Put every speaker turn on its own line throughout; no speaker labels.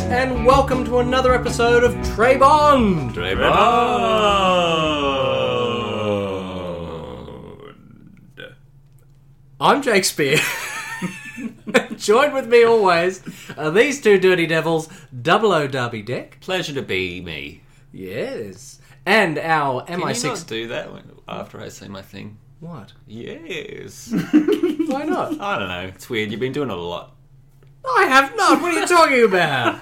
welcome to another episode of Trey Bond. I'm Jake Spear. Joined with me always are these two dirty devils, Double O Derby Deck.
Pleasure to be me.
Yes. And our
Can
MI6.
you not do that when, after I say my thing?
What?
Yes.
Why not?
I don't know. It's weird. You've been doing it a lot.
I have not. What are you talking about?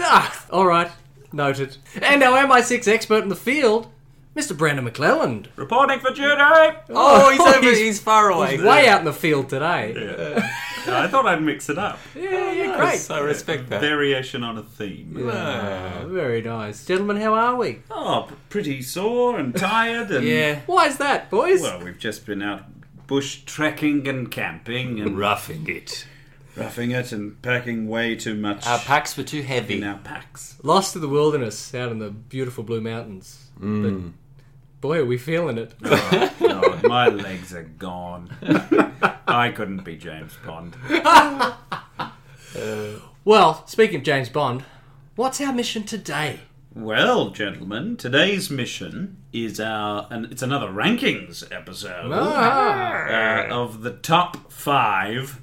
Ah, all right. Noted. And our MI6 expert in the field, Mr. Brandon McClelland.
Reporting for duty! I
Oh, he's over.
he's-
He's, far away.
Way out in the field today.
thought I'd mix it up.
Yeah, yeah,
Great.
great.
So I respect that.
Variation on a theme.
Ah.
Very nice. Gentlemen, how are we?
Oh, p- pretty sore and tired and.
yeah.
Why is that, boys?
Well, we've just been out bush trekking and camping and
Roughing it.
roughing it and packing way too much
Our packs were too heavy.
in our packs.
Lost to the wilderness out in the beautiful Blue Mountains.
Mm.
But boy, are we feeling it.
God, my legs are gone. I couldn't be James Bond.
well, speaking of James Bond, what's our mission today?
Well, gentlemen, today's mission is our. and It's another rankings episode.
Ah,
uh, of the top five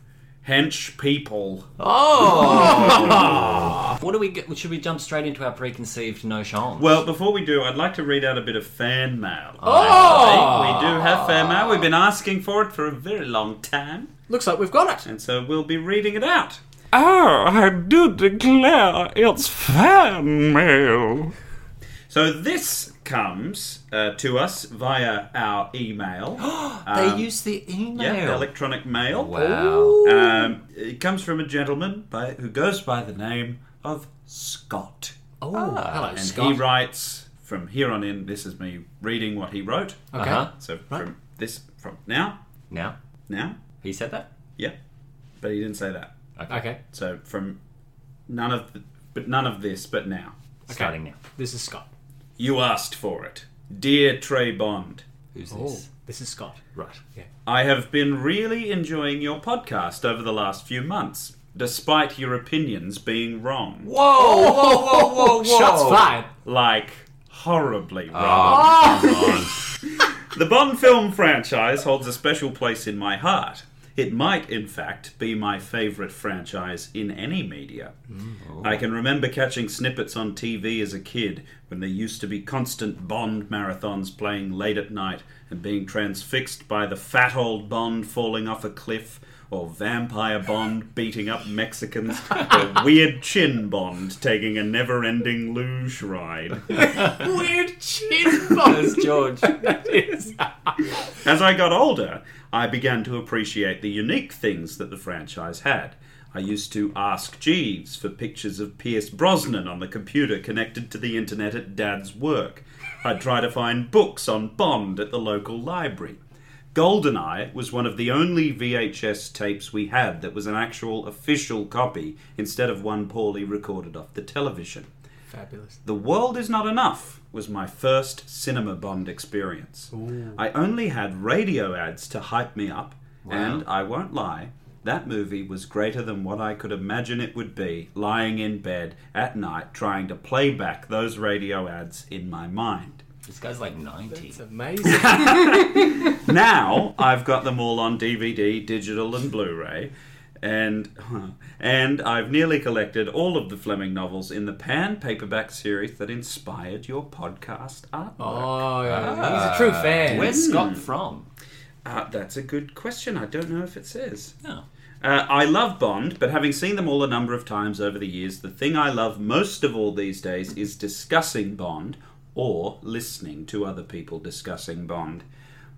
hench people.
Oh.
What do we? Get? Should we jump straight into our preconceived notions?
Well, before we do, I'd like to read out a bit of fan mail.
Oh!
We do have fan mail. We've been asking for it for a very long time,
looks like we've got it.
and so we'll be reading it out.
Oh, I do declare it's fan mail.
So this comes uh, to us via our email.
they
Um,
use the email.
Yeah, electronic mail.
wow.
Um, it comes from a gentleman by, who goes by the name of Scott.
Oh, hello,
and
And
Scott.
he writes from here on in. This is me reading what he wrote.
okay.
Uh-huh.
So
Right.
from this, from now,
Now
now,
he said that.
yeah. But he didn't say that.
Okay,
So from none of, the, but none of this, but now.
Starting now.
this is Scott.
You asked for it, dear Trey Bond.
Who's
Oh,
this?
this is Scott.
Right.
I have been really enjoying your podcast over the last few months, despite your opinions being wrong,
Whoa! Whoa! Whoa! Whoa! Whoa!
Shots fired.
like horribly wrong. The Bond film franchise holds a special place in my heart. It might, in fact, be my favourite franchise in any media. I can remember catching snippets on TV as a kid when there used to be constant Bond marathons playing late at night and being transfixed by the fat old Bond falling off a cliff. Or vampire Bond beating up Mexicans, or weird chin Bond taking a never ending luge ride.
Weird chin bond.
There's George.
As I got older, I began to appreciate the unique things that the franchise had. I used to ask Jeeves for pictures of Pierce Brosnan on the computer connected to the internet at Dad's work. I'd try to find books on Bond at the local library. Goldeneye was one of the only VHS tapes we had that was an actual official copy instead of one poorly recorded off the television.
Fabulous.
The World Is Not Enough was my first cinema Bond experience. I only had radio ads to hype me up, and I won't lie, that movie was greater than what I could imagine it would be lying in bed at night trying to play back those radio ads in my mind.
This guy's like ninety.
It's amazing.
now I've got them all on DVD, digital, and Blu-ray, and and I've nearly collected all of the Fleming novels in the pan paperback series that inspired your podcast artwork.
oh, yeah. he's a true fan.
Uh, Where's Scott from?
Uh, that's a good question. I don't know if it says.
No.
Uh, I love Bond, but having seen them all a number of times over the years, the thing I love most of all these days is discussing Bond or listening to other people discussing Bond.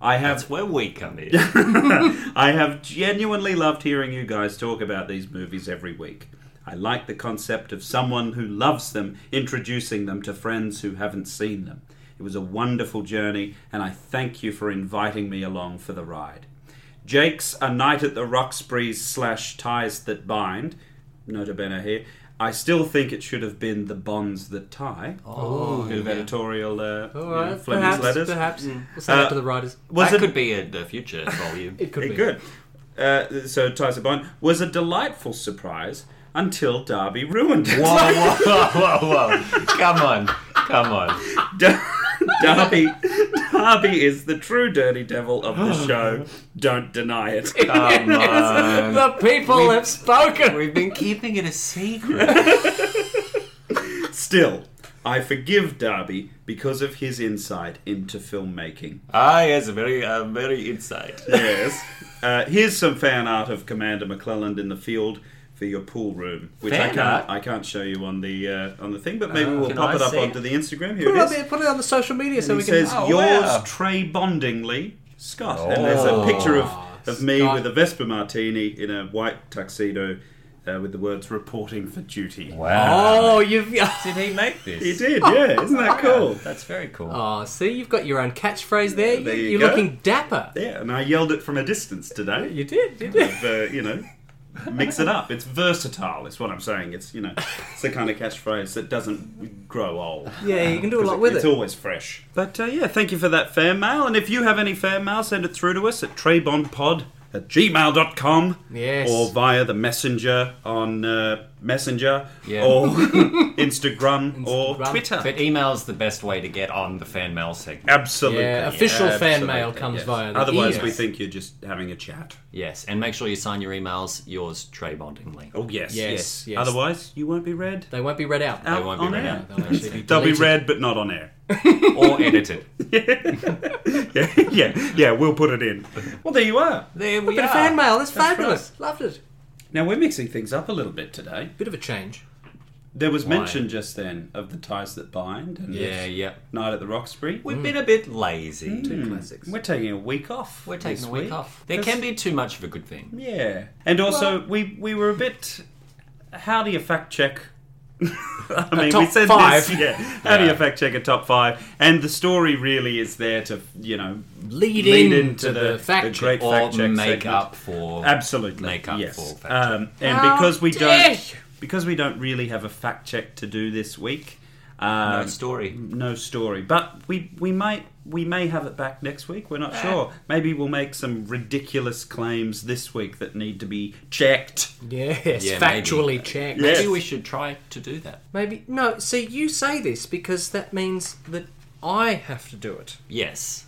I have
That's where we come in.
I have genuinely loved hearing you guys talk about these movies every week. I like the concept of someone who loves them introducing them to friends who haven't seen them. It was a wonderful journey, and I thank you for inviting me along for the ride. Jake's A Night at the Roxbury's slash Ties That Bind, nota bene here, I still think it should have been The Bonds That Tie.
Oh,
bit of editorial uh, you
All
know,
right,
Fleming's
perhaps,
letters.
perhaps. We'll send it
Uh,
to the writers.
Was
that
it
could be a, the future volume.
It could
Hey,
be.
good. Uh, so Tyson Bond was a delightful surprise. until Darby ruined it.
Whoa, whoa, whoa, whoa, whoa. Come on. Come on.
Dar- Darby, Darby is the true dirty devil of the show. Don't deny it.
Come on.
The people have spoken.
We've been keeping it a secret.
Still, I forgive Darby because of his insight into filmmaking.
ah, yes, very, uh, very inside.
Yes. Uh, here's some fan art of Commander McClelland in the field for your pool room, which I
Fan
can't
art?
I can't show you on the uh, on the thing, but maybe
Oh,
we'll
can
pop
I
it up
see it?
onto the Instagram. Here
Put it,
it
up
is.
there, put it on the social media so
He
we can.
says,
oh,
"Yours,
wow."
Trey Bondingly, Scott." And there's a
Oh,
picture of, of me
Scott.
with a Vespa Martini in a white tuxedo uh, with the words "reporting for duty."
oh, you've.
Did he make this?
He did, yeah. Isn't that cool?
That's very cool.
Oh, see, you've got your own catchphrase there.
There
you
you
you're
go.
looking dapper.
Yeah, and I yelled it from a distance today.
You did, you did.
uh, you know, mix it up. It's versatile. Is what I'm saying. It's you know, it's the kind of catchphrase that doesn't grow old.
Yeah, you can do a
'Cause
lot with
It's
it.
always fresh. But uh, yeah, thank you for that fan mail. And if you have any fan mail, send it through to us at treybondpod at gmail.com
Yes.
or via the messenger on uh, messenger
Yeah.
or Instagram, or
Instagram.
Twitter.
But email's the best way to get on the fan mail segment.
Absolutely.
Yeah, official fan
absolutely,
mail comes via the
Otherwise, we
emails.
think you're just having a chat.
Yes, and make sure you sign your emails. Yours, Trey Bondingly.
Oh yes,
Yes,
yes,
yes.
Otherwise, you won't be read.
They won't be read out.
They won't be
on
read
air.
out. They'll actually be
They'll be
deleted
read, but not on air.
or edited.
yeah, yeah, yeah. We'll put it in. Well, there you are.
There we
Bit of fan mail. That's, fabulous. Loved it.
Now we're mixing things up a little bit today.
Bit of a change.
There was mention just then of the ties that bind and
Yeah, yeah. Mm.
Night at the Roxbury.
We've been a bit lazy.
Classics.
We're taking a week off.
We're taking
this
a Hmm. week off. There
That's-
can be too much of a good thing.
Yeah, and also we we were a bit. How do you fact check? I mean,
top
we said
five.
this. Yeah. How do you fact check a top five? And the story really is there to you know
Lead,
lead
in
into
to the,
the
fact
the
check.
great
Or
fact check
make
segment.
up for.
Absolutely,
Make up
yes.
for fact
um, and
Oh,
How
because we
dare you.
don't because we don't really have a fact check to do this week. Um,
No story.
no story, but we we might we may have it back next week. We're not sure. Maybe we'll make some ridiculous claims this week that need to be checked.
Yes,
Yeah, maybe.
factually checked.
Yeah.
Maybe we should try to do that.
Maybe no. See, you say this because that means that I have to do it.
Yes.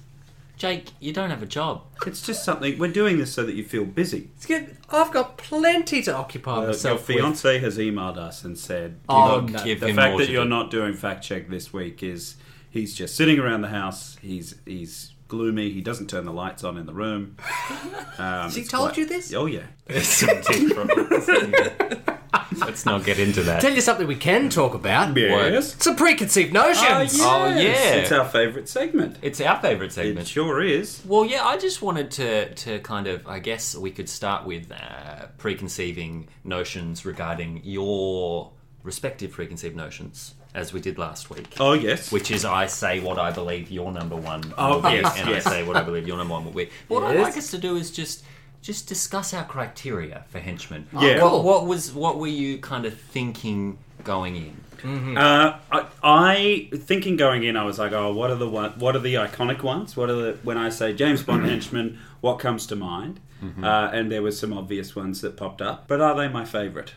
Jake, you don't have a job.
It's just something we're doing this so that you feel busy.
It's good. I've got plenty to occupy
Uh,
But your
myself with.
fiance has emailed us and said,
Oh,
Look,
no.
give
the
him
fact
more
that
to
you're
do.
not doing fact check this week is he's just sitting around the house. He's he's gloomy. He doesn't turn the lights on in the room. Um,
Has he
it's
told
quite-
you this?
Oh yeah.
Let's not get into that.
Tell you something we can talk about.
Yes.
It's a preconceived notions.
Oh, yeah.
It's our favourite segment.
It's our favourite
It
segment.
sure is.
Well, yeah, I just wanted to, to kind of, I guess we could start with uh, preconceiving notions regarding your respective preconceived notions, as we did last week.
Oh yes.
Which is, I say what I believe your number one
Oh,
will be,
yes,
and
yes.
I say what I believe your number one will be. What I'd
Yes.
like us to do is just just discuss our criteria for henchmen.
Yeah.
What, what was what were you kind of thinking going in?
Uh, I, I thinking going in, I was like, oh, what are the one, what are the iconic ones? What are the when I say James Bond henchman, what comes to mind? Uh, and there were some obvious ones that popped up, but are they my favourite?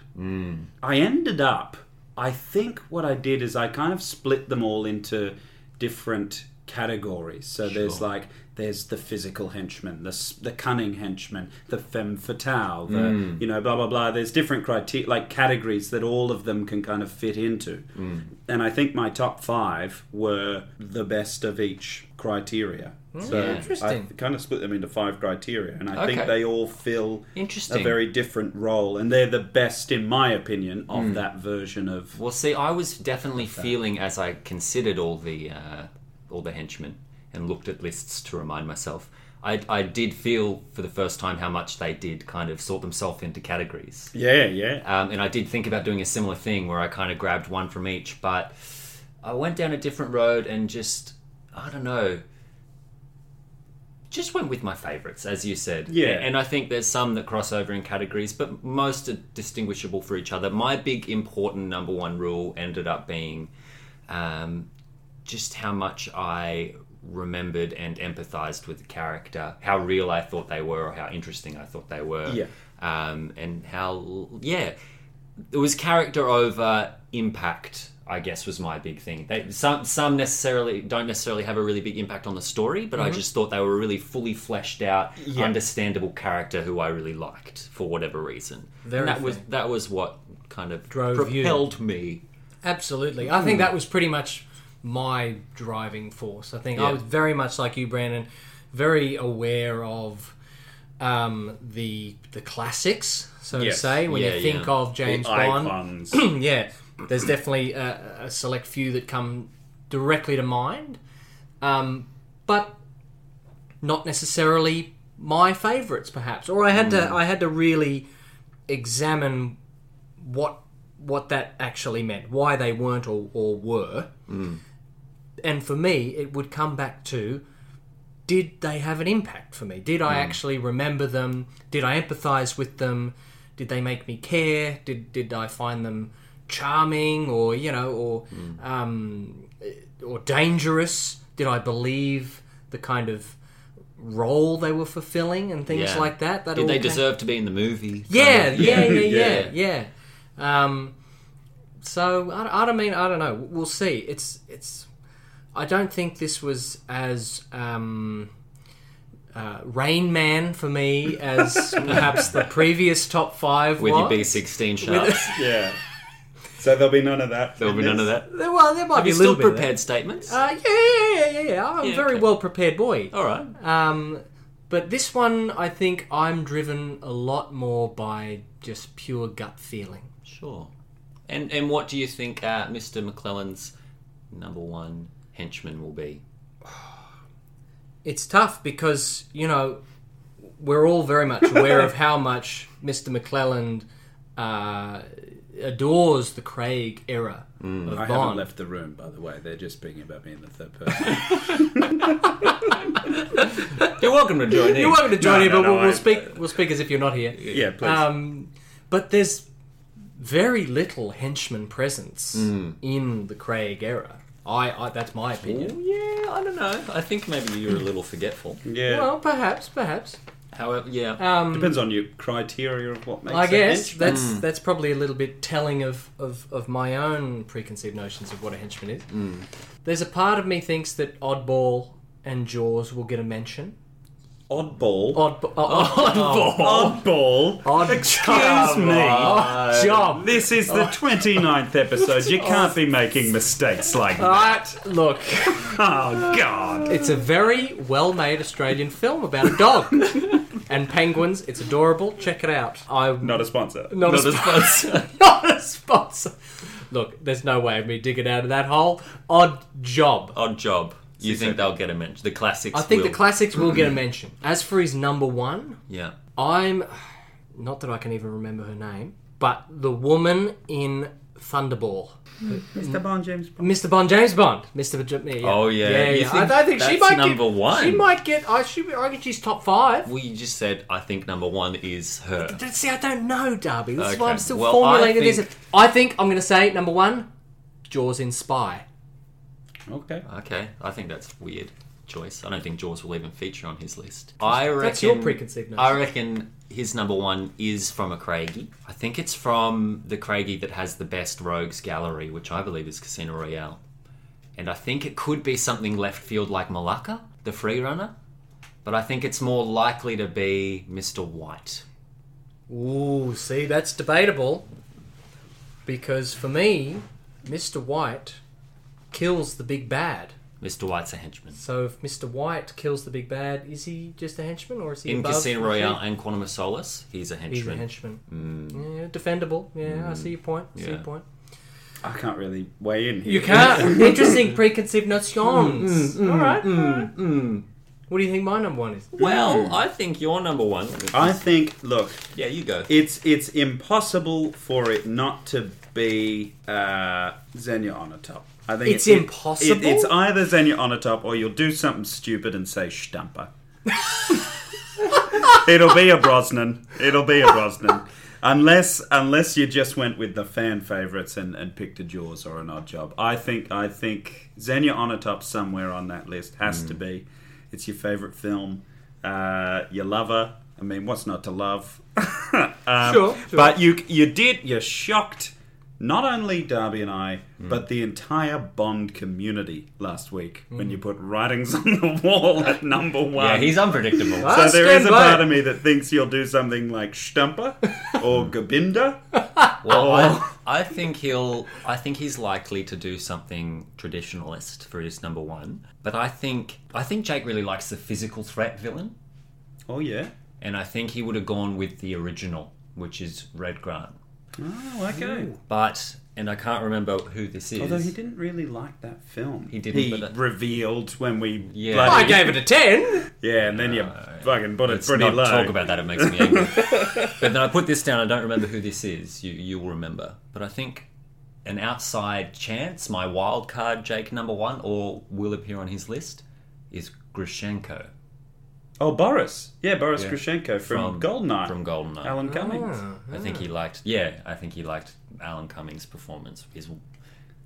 I ended up. I think what I did is I kind of split them all into different categories. So there's like there's the physical henchman, the s- the cunning henchman, the femme fatale, the you know blah blah blah. There's different criteria like categories that all of them can kind of fit into. And I think my top five were the best of each criteria. So
Interesting.
I kind of split them into five criteria, and I think
Okay.
they all fill
Interesting.
a very different role, and they're the best, in my opinion, of
Hmm.
that version of.
Well, see, I was definitely feeling as I considered all the uh, all the henchmen and looked at lists to remind myself. I, I did feel for the first time how much they did kind of sort themselves into categories.
Yeah, yeah.
Um, and I did think about doing a similar thing where I kind of grabbed one from each, but I went down a different road and just, I don't know, just went with my favourites, as you said.
Yeah.
And I think there's some that cross over in categories, but most are distinguishable for each other. My big important number one rule ended up being um, just how much I remembered and empathized with the character, how real I thought they were, or how interesting I thought they were,
Yeah.
um, and how yeah, it was character over impact. I guess was my big thing. They, some some necessarily don't necessarily have a really big impact on the story, but
Mm-hmm.
I just thought they were a really fully fleshed out, understandable character who I really liked for whatever reason.
Very
and that was
fair.
that was what kind of
Drove you.
propelled me.
Absolutely. I think
Hmm.
that was pretty much my driving force. I think I
Yeah.
was very much like you, Brandon, very aware of um, the the classics, so
Yes.
to say. When
Yeah,
you think
yeah.
of James Bond,
Icons.
yeah, there's definitely a, a select few that come directly to mind, um, but not necessarily my favourites, perhaps. Or I had to I had to really examine what what that actually meant, why they weren't or, or were.
Mm.
And for me, it would come back to did they have an impact for me? Did I
Mm.
actually remember them? Did I empathize with them? Did they make me care? Did did I find them charming or you know or
Mm.
um, or dangerous? Did I believe the kind of role they were fulfilling and things
Yeah.
like that? that all
Did they
came-
deserve to be in the movie?
yeah,
Kind of-
yeah, yeah, yeah, yeah. Um, so I, I don't mean I don't know. We'll see. It's it's. I don't think this was as um, uh, Rain Man for me as perhaps the previous top five
With
was.
your B sixteen shots,
yeah. So there'll be none of that.
there'll be
in
none
this.
of that.
There- well, there might be
You
a little
still
bit of
prepared statements?
that. Uh, yeah, yeah, yeah, yeah, yeah. I'm a
Yeah,
very
okay.
well prepared boy.
All right.
Um, but this one, I think I'm driven a lot more by just pure gut feeling.
Sure. And and what do you think uh, Mr. McClellan's number one henchman will be?
it's tough because you know we're all very much aware of how much Mr. McClelland uh, adores the Craig era of
I haven't
Bond.
left the room, by the way. They're just speaking about me in the third person.
You're welcome to join in.
You're welcome to join
No,
in,
no,
but
no,
we'll,
I-
we'll speak. We'll speak as if you're not here.
yeah, please.
Um, but there's very little henchman presence in the Craig era. I, I that's my opinion.
yeah, I don't know. I think maybe you're a little forgetful.
yeah.
Well, perhaps, perhaps.
However, yeah.
Um,
Depends on your criteria of what makes
I
a
guess
henchman.
that's that's probably a little bit telling of, of, of my own preconceived notions of what a henchman is. There's a part of me thinks that Oddball and Jaws will get a mention.
Oddball.
Odd, oh, Oh. oddball.
Oddball.
Odd
Excuse me.
job.
This is
Oh.
the 29th episode. You can't be making mistakes like
All
that.
right, look,
Oh, God.
it's a very well-made Australian film about a dog and penguins. It's adorable. Check it out. I'm
Not a sponsor.
not,
Not
a,
as
sp-
close.
not a sponsor. Look, there's no way of me digging out of that hole. Odd job.
Odd job. You
Six
think
seven.
they'll get a mention? The classics.
I think
will.
the classics will get a mention. As for his number one,
Yeah.
I'm not that I can even remember her name, but the woman in Thunderball,
Mr. Bond, James Bond.
Mr. Bond, James Bond, Mr. J- yeah.
Oh, yeah.
yeah,
You
yeah.
think
I, I think she
that's
might
number
get,
one?
She might get. I, she, I think she's top five.
Well, you just said I think number one is her.
But See, I don't know, Darby. This is why
Okay.
I'm still
Well,
formulating
I
this.
think-
I think I'm going to say number one, Jaws in Spy.
Okay.
Okay, I think that's a weird choice. I don't think Jaws will even feature on his list. I reckon
That's your preconceived notion.
I reckon his number one is from a Craigie. I think it's from the Craigie that has the best rogues gallery, which I believe is Casino Royale. And I think it could be something left field like Malacca, the free runner. But I think it's more likely to be Mr. White.
Ooh, see, that's debatable. Because for me, Mr. White kills the big bad.
Mr. White's a henchman.
So if Mr. White kills the big bad, is he just a henchman or is he
In
above
Casino
the
Royale
sheep?
and Quantum of Solace, he's a
He's a
henchman.
henchman. Yeah, defendable. Yeah, I see your point. I See
Yeah.
your point.
I can't really weigh in here.
You can't. Mm, Interesting preconceived notions. all right. mm, What do you think my number one is?
Well, I think you're number one.
I think, look,
yeah, you go.
it's it's impossible for it not to be uh, Xenia on a top. I think
It's impossible?
it's either Xenia on a top or you'll do something stupid and say Stumper. It'll be a Brosnan. It'll be a Brosnan. Unless unless you just went with the fan favourites and, and picked a Jaws or an odd job. I think I think Xenia on a top somewhere on that list has
Mm.
to be. It's your favourite film. Uh, you love her. I mean, what's not to love? Um,
Sure, sure.
But you you did you shocked not only Darby and I,
Mm.
but the entire Bond community last week
Mm.
when you put writings on the wall at number one.
Yeah, he's unpredictable.
Ah,
so there is
stand
a
by.
part of me that thinks you'll do something like Stumper or Gabinda.
Well,
Oh.
I, I think he'll. I think he's likely to do something traditionalist for his number one. But I think I think Jake really likes the physical threat villain,
Oh yeah.
and I think he would have gone with the original, which is Red Grant.
Oh okay.
But and I can't remember who this is.
Although he didn't really like that film.
He didn't,
He
but that-
revealed when we.
Yeah.
I
bloody-
gave it a ten.
Yeah, and then you fucking put it
Let's
pretty
not
low.
talk about that. It makes me angry. but then I put this down. I don't remember who this is. You you will remember. But I think an outside chance, my wild card, Jake number one, or will appear on his list, is Grishenko
oh, Boris. Yeah, Boris
Yeah.
Grushenko from,
From-
Goldeneye.
from Goldeneye.
Alan Cummings.
I think he liked. Yeah, I think he liked Alan Cummings' performance. His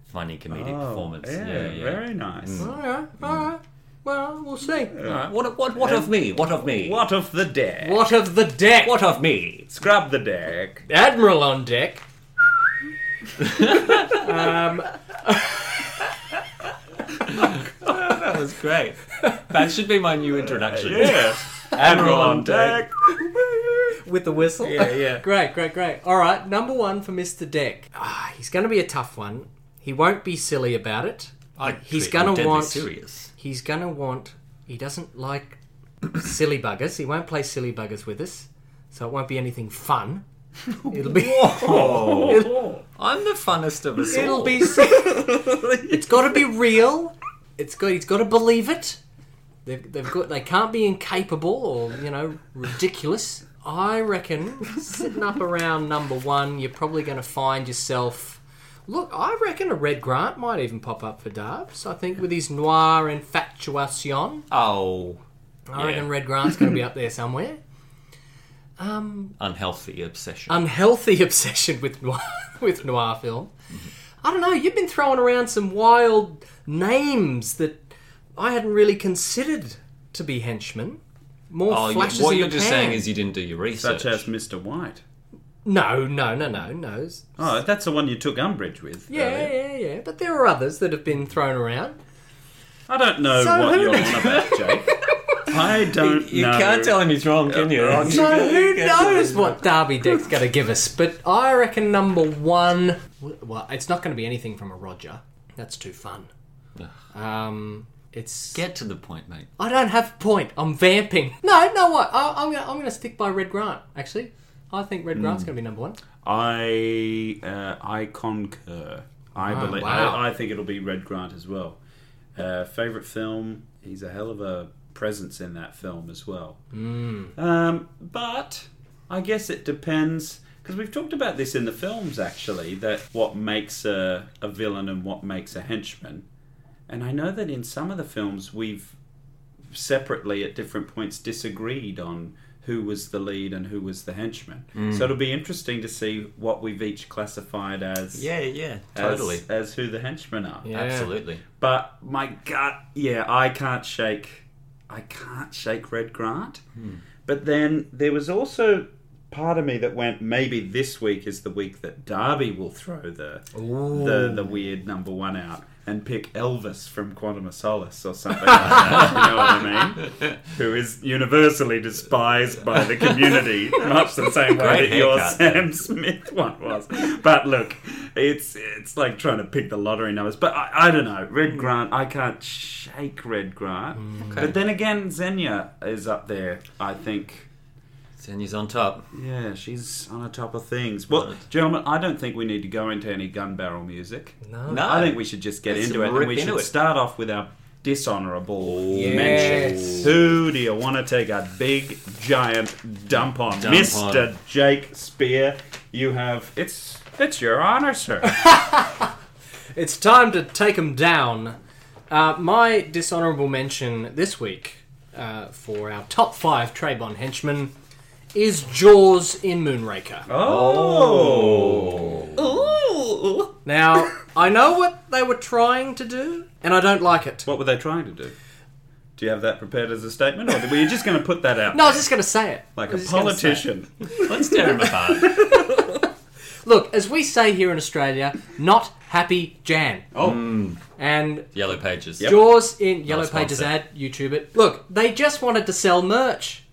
funny comedic
Oh,
performance.
Yeah,
yeah, yeah. Mm.
very nice.
All right, all right. Well, we'll see.
All right. What what what of me? What of me?
What of the deck?
What of the deck?
What of me?
Scrub the deck.
Admiral on deck. um,
That was great. That should be my new introduction.
Yeah. Admiral on deck.
with the whistle.
Yeah, yeah.
great, great, great. All right, number one for Mr. Deck. Ah, he's going to be a tough one. He won't be silly about it.
I,
He's gonna
I'm deadly
want-
serious.
He's going to want. He doesn't like silly buggers. He won't play silly buggers with us, so it won't be anything fun. It'll be.
I'm the funnest of us
It'll
all.
be. it's got to be real. It's got. He's got to believe it. They've, they've got. They can't be incapable or you know ridiculous. I reckon sitting up around number one, you're probably going to find yourself. Look, I reckon a Red Grant might even pop up for Darbs. I think with his noir infatuation,
oh
I
Yeah.
reckon Red Grant's going to be up there somewhere.
unhealthy obsession.
unhealthy obsession with noir, with noir film. I don't know. You've been throwing around some wild names that I hadn't really considered to be henchmen. More
oh, you-
flashes
what
in
you're
the
just
pan.
saying is you didn't do your research.
Such as Mr. White.
no, no, no, no, no.
Oh, that's the one you took umbrage with.
Yeah,
earlier.
yeah, yeah. But there are others that have been thrown around.
I don't know
So
what
who-
you're on about, Jake. I don't
you
know.
can't tell him he's wrong, can you?
So who knows what Derby Deck's going to give us? But I reckon number one. Well, it's not going to be anything from a Roger. That's too fun. Um, it's
Get to the point, mate.
I don't have point. I'm vamping. No, no, what? I, I'm gonna, I'm gonna stick by Red Grant. Actually, I think Red Grant's gonna be number one.
I uh, I concur. I
Oh,
believe.
wow.
I, I think it'll be Red Grant as well. Uh, favorite film. He's a hell of a presence in that film as well.
Hmm.
Um, but I guess it depends because we've talked about this in the films actually that what makes a, a villain and what makes a henchman. And I know that in some of the films we've separately at different points disagreed on who was the lead and who was the henchman.
Mm.
So it'll be interesting to see what we've each classified as
Yeah, yeah,
as,
totally,
as who the henchmen are.
Yeah.
absolutely.
But my gut, yeah, I can't shake, I can't shake Red Grant. But then there was also part of me that went, maybe this week is the week that Derby will throw the the, the weird number one out and pick Elvis from Quantum of Solace or something like that. you know what I mean? Who is universally despised by the community, much the same way
Great
that your
haircut.
Sam Smith one was. But look, it's it's like trying to pick the lottery numbers. But I, I don't know. Red Grant, I can't shake Red Grant. But then again, Xenia is up there, I think.
Xenia's on top.
Yeah, she's on the top of things. Well, gentlemen, I don't think we need to go into any gun barrel music.
No.
No,
I think we should just get
Let's
into it, and
rip
we
into
should
it.
start off with our dishonourable
Yes.
mentions. Who do you want to take a big giant dump on,
Dump
Mister
on.
Jake Spear? You have it's it's your honour, sir.
It's time to take them down. Uh, my dishonourable mention this week uh, for our top five Trayvon henchmen is Jaws in Moonraker.
oh,
Now I know what they were trying to do, and I don't like it.
what were they trying to do? Do you have that prepared as a statement, or were you just going to put that out
No, I was just going to say it.
like
I
a
was just gonna say it.
politician?
Let's tear him apart.
Look, as we say here in Australia, not happy Jan.
Oh,
And
Yellow Pages.
Jaws in Yellow Pages
sponsor.
ad, YouTube it. Look, they just wanted to sell merch.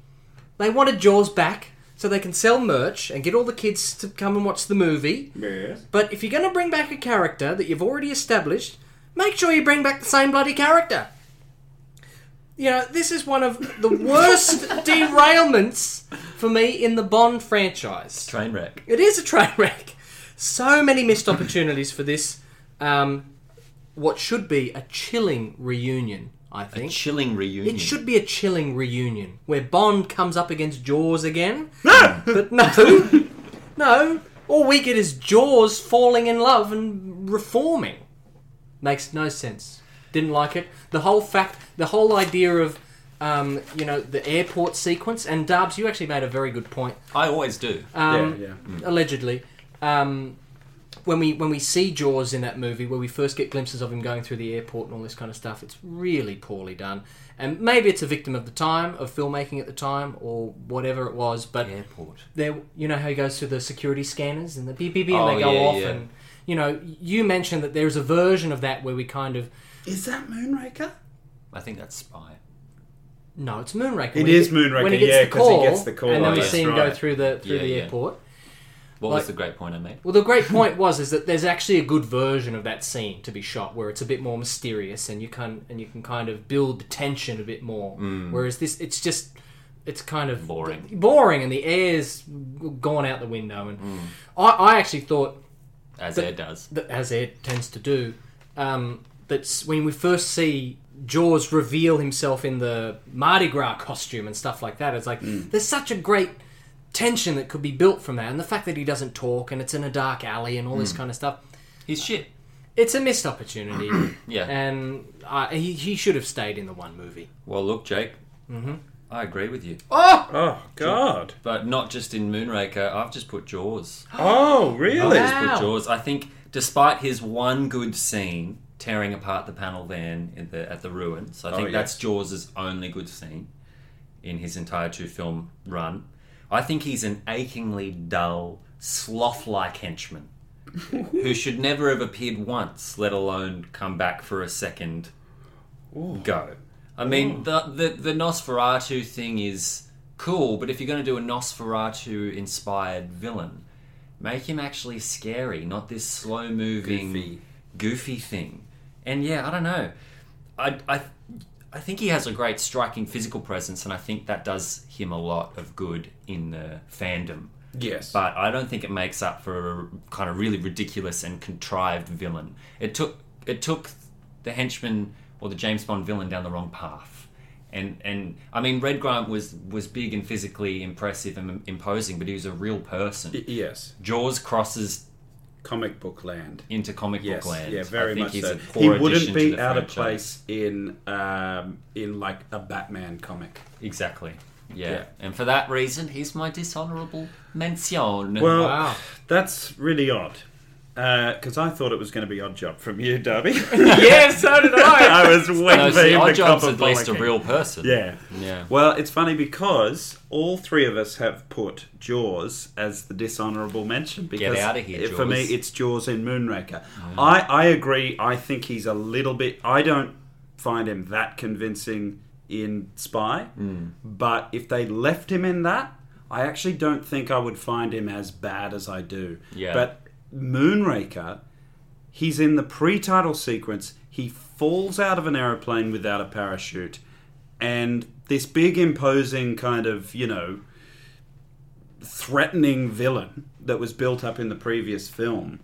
They wanted Jaws back so they can sell merch and get all the kids to come and watch the movie.
yes.
But if you're going to bring back a character that you've already established, make sure you bring back the same bloody character. You know, this is one of the worst derailments for me in the Bond franchise.
Train wreck.
It is a train wreck. So many missed opportunities for this. Um, what should be a chilling reunion, I think.
Chilling reunion.
it should be a chilling reunion where Bond comes up against Jaws again. but no, no. All we get is Jaws falling in love and reforming. Makes no sense. Didn't like it. The whole fact, the whole idea of, um, you know, the airport sequence. And Darbs, you actually made a very good point
I always do.
um,
Yeah, yeah.
allegedly. Um, when we when we see Jaws in that movie, where we first get glimpses of him going through the airport and all this kind of stuff, it's really poorly done. And maybe it's a victim of the time, of filmmaking at the time, or whatever it was. But
Airport.
there, you know how he goes through the security scanners and the beep beep beep, and
Oh,
they go
yeah,
off.
yeah.
And you know, you mentioned that there is a version of that where we kind of
Is that Moonraker?
I think that's Spy.
no, it's Moonraker.
It
When he
is
get-
Moonraker,
when he gets
yeah,
the
'cause he
call,
gets the call,
and then
oh,
we
yes,
see him go
right.
through the through
Yeah,
the
yeah.
airport.
What
Like-
was the great point I made?
Well, the great point was is that there's actually a good version of that scene to be shot where it's a bit more mysterious and you can and you can kind of build the tension a bit more. Whereas this, it's just it's kind of
Boring.
boring, and the air's gone out the window. And I, I actually thought
As Air does.
that, as Ed tends to do, um, that s- when we first see Jaws reveal himself in the Mardi Gras costume and stuff like that, it's like
Mm.
there's such a great tension that could be built from that, and the fact that he doesn't talk and it's in a dark alley and all
Mm.
this kind of stuff.
He's shit.
It's a missed opportunity,
Yeah.
Uh, and I, he, he should have stayed in the one movie.
Well, look, Jake.
Mm-hmm.
I agree with you,
Oh,
Oh God!
but not just in Moonraker. I've just put Jaws.
Oh really?
Oh,
Just put
Wow.
Jaws. I think, despite his one good scene tearing apart the panel van in the, at the ruins, I think
yes.
that's Jaws' only good scene in his entire two film run. I think he's an achingly dull, sloth like henchman who should never have appeared once, let alone come back for a second go. I mean, the, the the Nosferatu thing is cool, but if you're going to do a Nosferatu inspired villain, make him actually scary, not this slow moving,
Goofy.
goofy. thing. And yeah, I don't know. I, I I think he has a great striking physical presence, and I think that does him a lot of good in the fandom.
Yes.
But I don't think it makes up for a kind of really ridiculous and contrived villain. It took it took the henchman or the James Bond villain down the wrong path. And and I mean, Red Grant was was big and physically impressive and imposing, but he was a real person.
Y- yes.
Jaws crosses
Comic book land.
into comic
Yes.
book land.
Yeah,
I
very
think
much
he's
so.
a
He
poor
wouldn't
addition to
be
the
out of
franchise.
place in um, in like a Batman comic.
Exactly. Yeah.
Yeah.
and for that reason, he's my dishonourable mention.
Well,
Wow.
that's really odd. Because I thought it was going to be odd job from you, Darby.
yeah, so did
I was waiting
no,
for
see,
him to
Oddjob's
cop
at least a
bollocking.
real person.
Yeah.
Yeah.
Well, it's funny because all three of us have put Jaws as the dishonourable mention. Because
outta here,
it- For me,
Jaws.
it's Jaws in Moonraker. I, I agree. I think he's a little bit. I don't find him that convincing in Spy. But if they left him in that, I actually don't think I would find him as bad as I do.
Yeah.
But Moonraker, He's in the pre-title sequence. He falls out of an aeroplane without a parachute, and this big, imposing kind of you know threatening villain that was built up in the previous film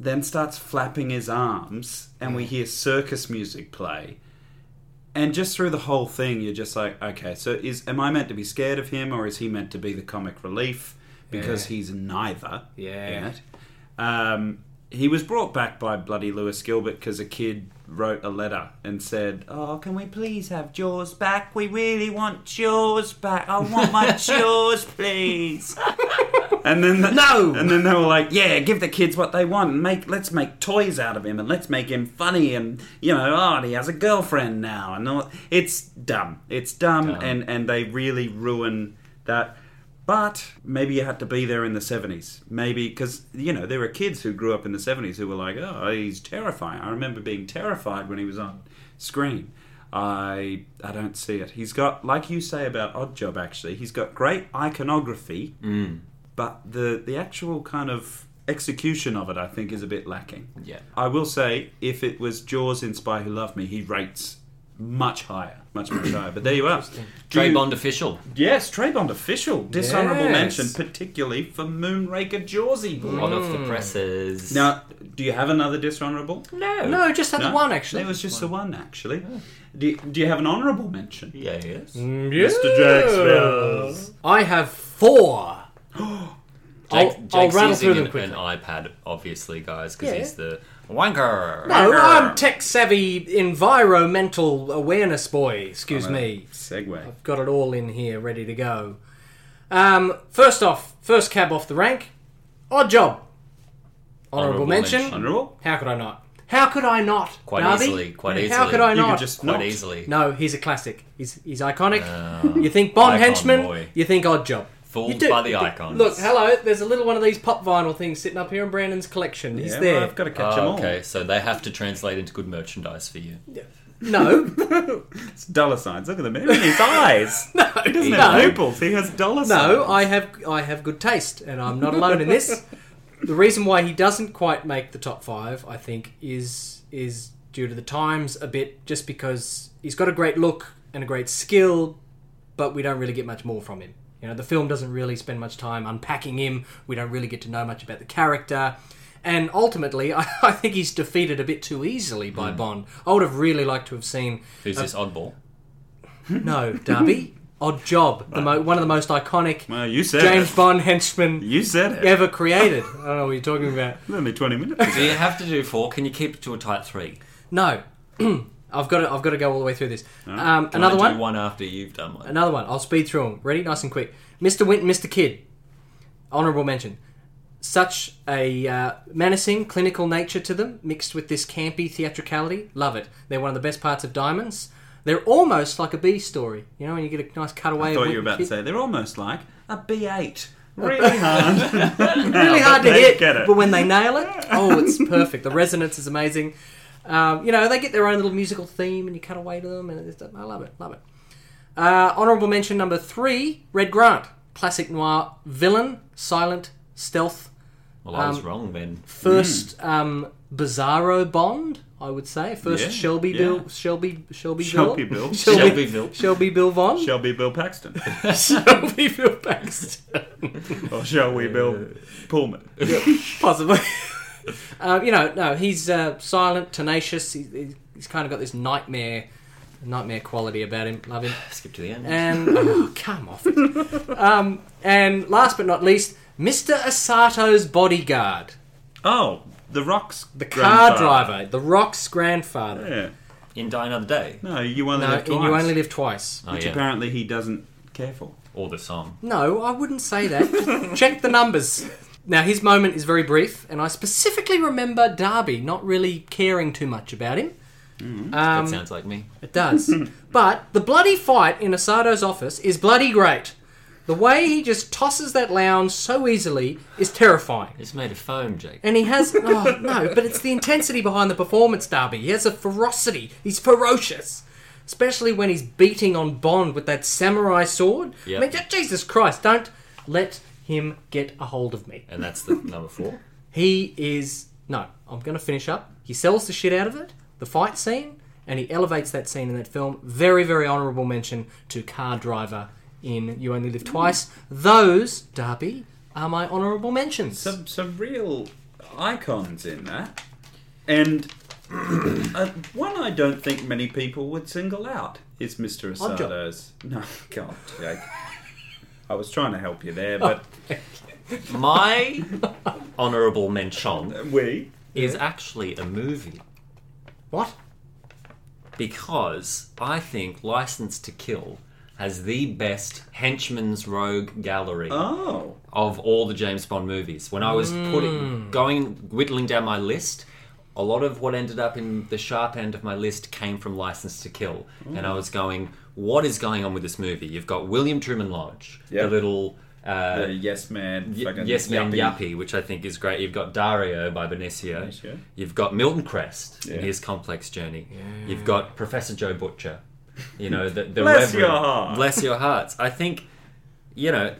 then starts flapping his arms, and we hear circus music play. And just through the whole thing, you're just like, okay, so is am I meant to be scared of him, or is he meant to be the comic relief? Because he's neither.
Yeah.
yet. Um, he was brought back by bloody Lewis Gilbert because a kid wrote a letter and said, "Oh, can we please have Jaws back? We really want Jaws back. I want my Jaws, please." And then the-
No!
and then they were like, "Yeah, give the kids what they want. And make let's make toys out of him, and let's make him funny, and you know, oh, and he has a girlfriend now, and all. it's dumb. It's dumb, and and they really ruin that. But maybe you had to be there in the seventies, maybe because you know there were kids who grew up in the seventies who were like, "Oh, he's terrifying." I remember being terrified when he was on screen. I I don't see it. He's got, like you say about Oddjob, actually, he's got great iconography but the the actual kind of execution of it I think is a bit lacking.
Yeah.
I will say if it was Jaws in Spy Who Loved Me, he rates much higher, much much higher. But there you are. Do
Trey
you-
Bond official.
Yes, Trey Bond official. Dishonorable
Yes. Mm.
mention, particularly for Moonraker Jawsy boy.
Hot off the presses.
Now, do you have another dishonorable?
no.
No, just had
No?
the one actually.
It was just the one actually. Do you, do you have an honorable mention?
Yeah, yes.
Mr. Jack Sparrows. I have four. I'll,
Jake,
I'll
Jake's
rattle
using
through them
an, an
quickly.
iPad, obviously, guys, because
Yeah.
he's the wanker.
No, I'm tech savvy, environmental awareness boy. Excuse me.
Segway.
Got it all in here, ready to go. Um, first off, first cab off the rank. Odd job. Honourable,
Honourable
mention.
mention.
Honorable?
How could I not? How could I not?
Quite
Darby?
easily, quite
How
easily.
could I
You
not?
could just
Quite
not.
easily.
No, he's a classic. He's he's iconic. you think Bond
Oh, icon
henchman,
boy.
you think odd job.
Fooled
You do-
by the
you do-
icons.
Look, hello, there's a little one of these pop vinyl things sitting up here in Brandon's collection. He's
Yeah,
there. Ah,
well, I've got to catch them
Oh,
all.
okay, so they have to translate into good merchandise for you.
No,
It's dollar signs. Look at them. Even his eyes. no, he doesn't have
no.
pupils. He has dollar signs.
no, I have I have good taste, and I'm not alone in this. The reason why he doesn't quite make the top five, I think, is is due to the times a bit, just because he's got a great look and a great skill, but we don't really get much more from him. You know, the film doesn't really spend much time unpacking him. We don't really get to know much about the character. And ultimately, I, I think he's defeated a bit too easily by Bond. I would have really liked to have seen
Who's this
Uh,
oddball?
no Darby Odd Job, the mo- one of the most iconic
Well, you said
James
it.
Bond henchman
You said it.
ever created. I don't know what you're talking about.
It's only 20 minutes.
Do you have to do four? Can you keep it to a tight three?
No, I've got to, I've got to go all the way through this. Um,
Can
another
I
one,
Do one after you've done one.
another one. I'll speed through them. Ready, nice and quick. Mr. Winton, Mr. Kidd, honourable mention. Such a uh, menacing, clinical nature to them, mixed with this campy theatricality. Love it. They're one of the best parts of Diamonds. They're almost like a B story. You know, when you get a nice cutaway.
I
of
thought you were
Winton
about to
Kidd.
say they're almost like a B8. Really hard.
really hard to
they
hit,
get it.
but when they nail it, oh, it's perfect. The resonance is amazing. Um, you know, they get their own little musical theme, and you cut away to them, and it's, I love it, love it. Uh, honorable mention number three: Red Grant, classic noir villain, silent, stealth,
Well, I was
um,
wrong then.
first
Mm.
um, Bizarro Bond, I would say, first
Yeah,
Shelby
yeah.
Bill, Shelby Shelby
Shelby
Bill,
Bill.
Shelby,
Shelbyville.
Shelby Bill Von,
Shelby Bill Paxton.
Shelby Bill Baxter.
Or Shelby Bill Pullman.
Possibly. uh, you know, no, he's uh, silent, tenacious. He, he's kind of got this nightmare, nightmare quality about him. Love him.
Skip to the end.
And oh, come off it. Um, and last but not least, Mr. Asato's bodyguard,
Oh, The Rock's
the car driver, the Rock's grandfather.
Yeah.
in Die Another Day.
No, you only
No,
live
and
twice.
you only live twice.
Oh,
Which
yeah.
apparently he doesn't care for.
Or the song.
No, I wouldn't say that. Check the numbers. Now, his moment is very brief, and I specifically remember Darby not really caring too much about him. Um,
that sounds like me.
It does. but the bloody fight in Asato's office is bloody great. The way he just tosses that lounge so easily is terrifying.
It's made of foam, Jake.
And he has oh no, but it's the intensity behind the performance, Darby. He has a ferocity. He's ferocious. Especially when he's beating on Bond with that samurai sword.
Yep.
I mean, j- Jesus Christ, don't let him get a hold of me.
And that's the number four.
He is no. I'm going to finish up. He sells the shit out of it, the fight scene, and he elevates that scene in that film. Very, very honourable mention to Car Driver in You Only Live Twice. Those Darby are my honourable mentions.
some some real icons in that, and uh, one I don't think many people would single out is Mr.
Odd job.
Asato's. No, God, Jake. I was trying to help you there, but
My honourable mention
we
is actually a movie
What?
because I think License to Kill has the best henchman's rogue gallery
Oh.
of all the James Bond movies. When I was putting going whittling down my list, a lot of what ended up in the sharp end of my list came from License to Kill, and I was going, "What is going on with this movie?" You've got William Truman Lodge,
Yeah.
the little.
Uh,
Uh,
yes, man.
Y-
fucking
yes, man,
yuppie.
yuppie. which I think is great. You've got Dario by Benicio.
Benicio.
You've got Milton Crest
Yeah.
in his complex journey. You've got Professor Joe Butcher. You know, the, the
Bless
Reverend.
your heart.
Bless your hearts. I think, you know,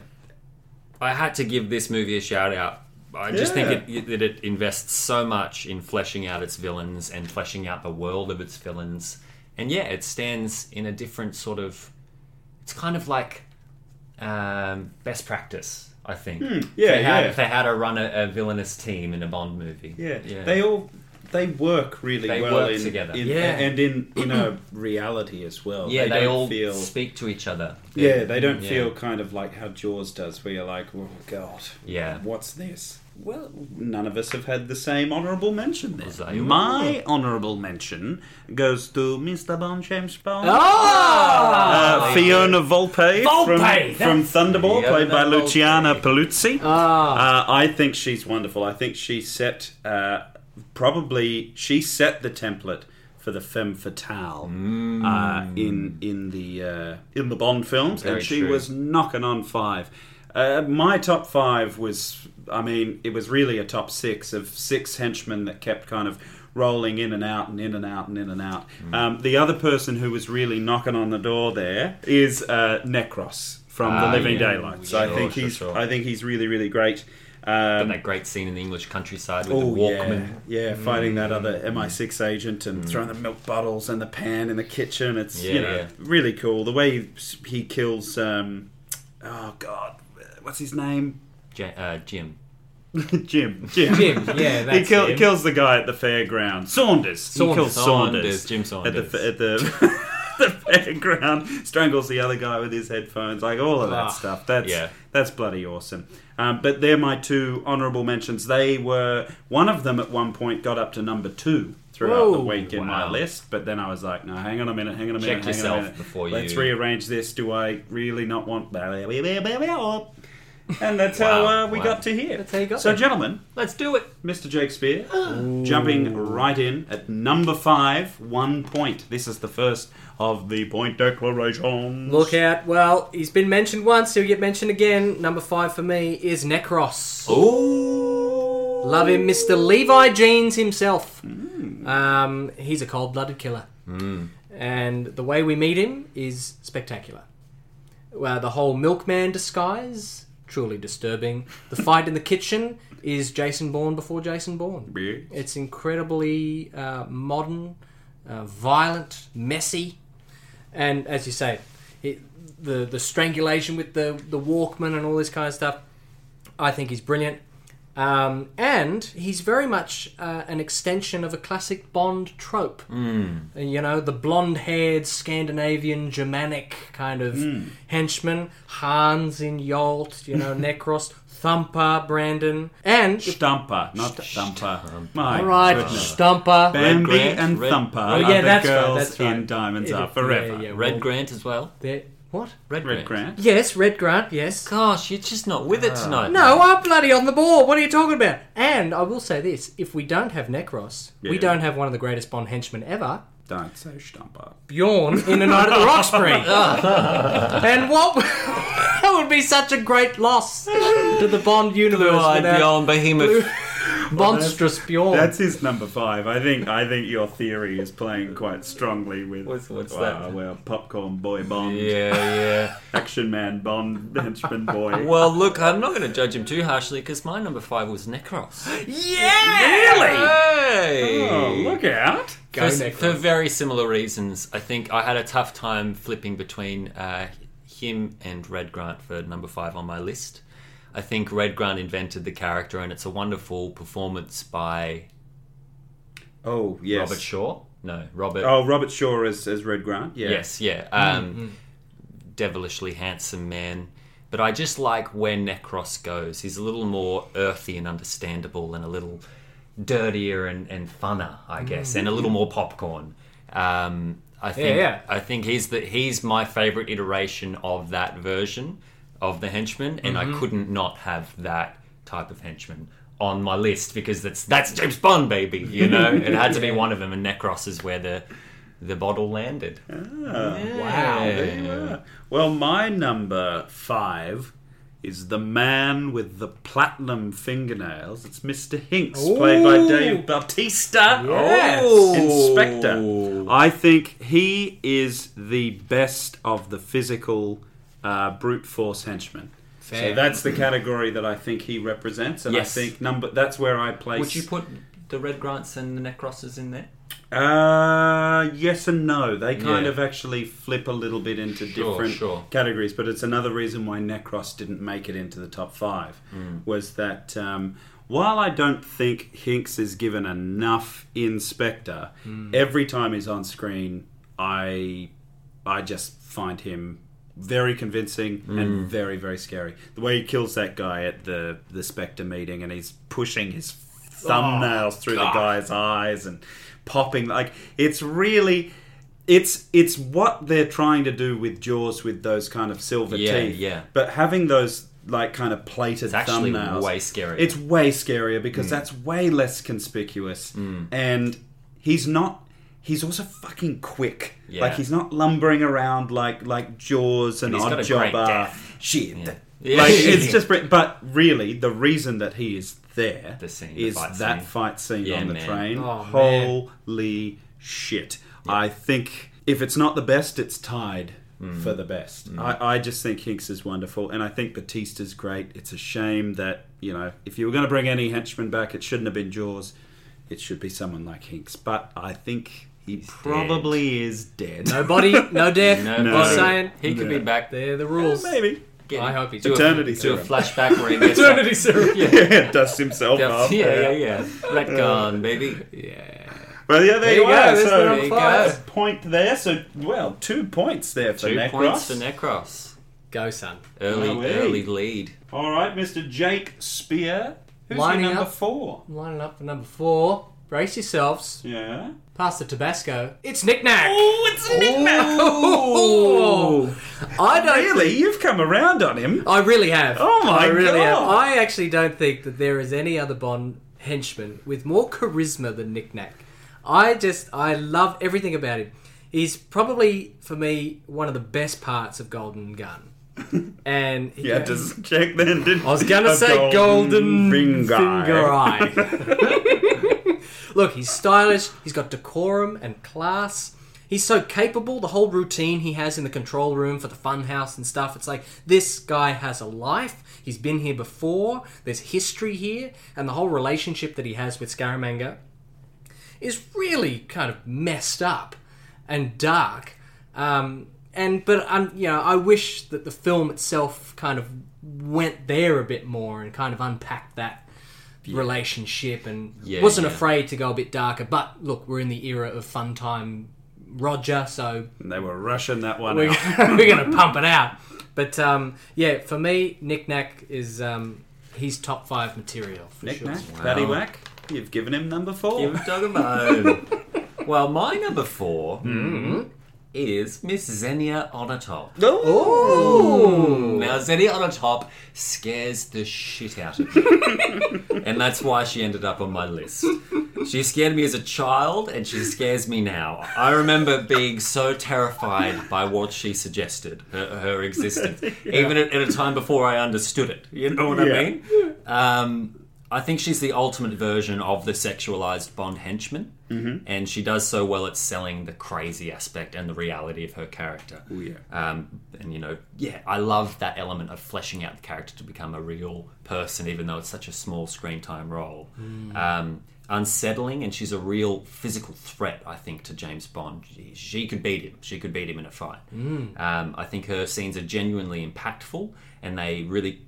I had to give this movie a shout out. I just
Yeah.
think it, that it invests so much in fleshing out its villains and fleshing out the world of its villains. And yeah, it stands in a different sort of. It's kind of like um, best practice, I think.
Hmm, yeah,
for how,
yeah.
For how to run a, a villainous team in a Bond movie.
Yeah. They all they work really
They
well
work
in,
together.
in-
Yeah.
and in in a reality as well.
yeah, they,
don't
all
feel
speak to each other.
Yeah, they don't
Yeah.
feel kind of like how Jaws does where you're like, "Oh god.
Yeah.
What's this?" Well, none of us have had the same honorable mention
Was
there.
I-
My honorable mention goes to Mr. Bond James Bond.
Oh!
Uh, Fiona Volpe,
Volpe,
from, from
that's-
Thunderball,
Fiona
played by
Volpe.
Luciana Paluzzi.
Ah.
Uh, I think she's wonderful. I think she set uh, probably she set the template for the femme fatale uh, in in the uh, in the Bond films,
Hmm. Very
and she
true.
was knocking on five. Uh, my top five was, I mean, it was really a top six of six henchmen that kept kind of rolling in and out and in and out and in and out.
Hmm.
Um, the other person who was really knocking on the door there is uh, Necros from
Ah,
The Living
yeah.
Daylights. I
Sure,
think
sure,
he's,
sure.
I think he's really, really great.
And
Um,
that great scene in the English countryside with
oh,
the Walkman. Mm.
yeah, yeah, fighting that other MI6 agent and throwing the milk bottles and the pan in the kitchen. It's
Yeah,
you know
yeah.
really cool. The way he, he kills, um, oh god, what's his name?
Ja- uh, Jim.
Jim. Jim.
Jim, yeah, that's
He kill,
him.
kills the guy at the fairground. Saunders. He
Saunders.
kills Saunders.
Saunders, Jim
At
Saunders.
the, fa- at the, the fairground. Strangles the other guy with his headphones. Like all of that
Ah,
stuff. That's
yeah.
that's bloody awesome. Um, but they're my two honourable mentions. They were one of them at one point got up to number two throughout the
Whoa.
week in my
Wow.
list. But then I was like, no, hang on a minute, hang on a minute, hang on
yourself
a minute.
before
Let's
you-
rearrange this. Do I really not want? And that's how
Wow,
uh, we
wow.
got to here.
That's how you got
so,
there.
gentlemen,
Let's do it.
Mr. Jake Spear jumping right in at number five, one point. This is the first of the point declarations.
Look out. Well, he's been mentioned once, he'll get mentioned again. Number five for me is Necros.
Ooh.
Love him, Mr. Levi Jeans himself. Um, he's a cold blooded killer. And the way we meet him is spectacular. Well, the whole milkman disguise, truly disturbing. The fight in the kitchen is Jason Bourne before Jason Bourne.
Yes.
It's incredibly uh, modern, uh, violent, messy, and as you say, it, the the strangulation with the the Walkman and all this kind of stuff. I think he's brilliant, um, and he's very much uh, an extension of a classic Bond trope. You know, the blonde-haired Scandinavian Germanic kind of henchman, Hans in Yolt, you know, Necros, Thumper, Brandon, and
Stumper, not Thumper. My
all right,
goodness.
Stumper.
Bambi
Red Grant,
and
Red-
Thumper
Oh, yeah,
are the
that's right,
girls
that's right.
in Diamonds
It-
Are
yeah,
Forever.
yeah.
Red Grant as well.
There- what?
Red,
Red Grant.
Yes, Red Grant, yes.
Gosh, you're just not with
Ah.
it tonight.
No, I'm bloody on the ball. What are you talking about? And I will say this if we don't have Necros, we
Yeah.
don't have one of the greatest Bond henchmen ever,
Don't say Stumper.
Bjorn, in A Night at the Roxbury. and what. that would be such a great loss to the Bond universe.
Blue-eyed
without
beyond behemoth.
Monstrous Bjorn.
That's his number five. I think. I think your theory is playing quite strongly with
What's- what's
wow,
that?
Well, popcorn boy Bond,
Yeah,
action man Bond, henchman boy.
yeah. Well, look, I'm not going to judge him too harshly because my number five was Necros.
yeah!
Hey!
Oh, look out!
Go,
for,
Necros.
for very similar reasons. I think I had a tough time flipping between uh, him and Red Grant for number five on my list. I think Red Grant invented the character, and it's a wonderful performance by
Oh yes.
Robert Shaw. No, Robert.
Oh, Robert Shaw as, as Red Grant. Yeah. Mm-hmm.
Yes, yeah. Um, Devilishly handsome man. But I just like where Necros goes. He's a little more earthy and understandable and a little dirtier and, and funner, I guess, and a little more popcorn. Um, I think
Mm. yeah.
I think he's the he's my favorite iteration of that version of the henchman, and
Mm-hmm.
I couldn't not have that type of henchman on my list because that's that's James Bond, baby. You know, it had to be one of them, and Necros is where the the bottle landed.
Ah, Wow.
Yeah.
Well, my number five is the man with the platinum fingernails. It's Mr. Hinks, played by
Ooh.
Dave Bautista.
Yes.
Inspector. I think he is the best of the physical uh, brute force henchmen.
Fair.
So that's the category that I think he represents, and
Yes.
I think number that's where I place.
Would you put the Red Grants and the Necrosses in there?
Uh, yes and no. They kind
Yeah.
of actually flip a little bit into
Sure,
different
sure.
categories, but it's another reason why Necros didn't make it into the top five.
Hmm.
Was that um, while I don't think Hinks is given enough Inspector,
Hmm.
every time he's on screen, I I just find him very convincing
Mm.
and very very scary. The way he kills that guy at the the Spectre meeting, and he's pushing his
Oh,
thumbnails through the guy's eyes and popping like it's really. It's it's what they're trying to do with Jaws with those kind of silver
Yeah,
teeth.
yeah.
But having those like kind of plated
It's actually
thumbnails,
way scarier.
It's way scarier
Mm.
because that's way less conspicuous, and he's not. He's also fucking quick.
Yeah.
Like he's not lumbering around like like Jaws and
he's got a
Odd
great
Job are
death.
shit.
Yeah.
Like
Yeah.
it's just. br- But really, the reason that he is there is
The scene, the fight
that
scene.
fight scene
Yeah,
on the
man.
train.
Oh, man.
Holy shit! I think if it's not the best, it's tied
Mm.
for the best. I, I just think Hinks is wonderful, and I think Batista's great. It's a shame that you know if you were going to bring any henchman back, it shouldn't have been Jaws. It should be someone like Hinks. But I think he probably is dead.
No body, no death.
No,
no.
body.
saying
He could be back there.
they're the rules.
Maybe.
I hope he's
do a-
Eternity
do a
serum.
flashback where he gets
Eternity serum.
Yeah.
Yeah, dust himself
Yeah,
up.
yeah, yeah, yeah. Retcon, baby.
Yeah.
Well, yeah, there, you,
you go,
are.
there's
So,
the
number There you five. go.
a point there. So, well, two points there for
Two
Necros.
points for Necros.
Go, son.
Early,
No way.
early lead.
All right, Mr. Jake Spear. Who's
Lining
your number
up.
four?
Lining up for number four. Brace yourselves.
Yeah.
Pass the Tabasco. It's knickknack.
Oh, it's a knickknack.
Oh. I don't
Really, you've come around on him.
I really have.
Oh my
I really
God.
Have. I actually don't think that there is any other Bond henchman with more charisma than Nick Nack. I just I love everything about him. He's probably for me one of the best parts of Golden Gun. And he
Yeah,
goes-
just check then, didn't
I was gonna say golden finger, eye. Look, he's stylish. He's got decorum and class. He's so capable. The whole routine he has in the control room for the funhouse and stuff. It's like this guy has a life. He's been here before. There's history here, and the whole relationship that he has with Scaramanga is really kind of messed up and dark. Um, and but um, you know, I wish that the film itself kind of went there a bit more and kind of unpacked that relationship and
Yeah,
wasn't
yeah.
afraid to go a bit darker. But look, we're in the era of fun time Roger, so
And they were rushing that one
we're,
out.
we're gonna pump it out. But um, yeah, for me, Nick Nack is um, he's top five material for sure.
Knick-knack, paddywhack. You've given him number four.
Give Dogamo. well, my number 4
Mm-hmm.
is Miss Xenia Onatop. Now, Xenia Onatop scares the shit out of me. and that's why she ended up on my list. She scared me as a child, and she scares me now. I remember being so terrified by what she suggested, her, her existence, even at, at a time before I understood it. You know what
Yeah.
I mean? Um, I think she's the ultimate version of the sexualized Bond henchman, and she does so well at selling the crazy aspect and the reality of her character.
yeah.
Um, and you know, yeah, I love that element of fleshing out the character to become a real person, even though it's such a small screen time role. Um, unsettling, and she's a real physical threat, I think, to James Bond. She, she could beat him. She could beat him in a fight. Um, I think her scenes are genuinely impactful, and they really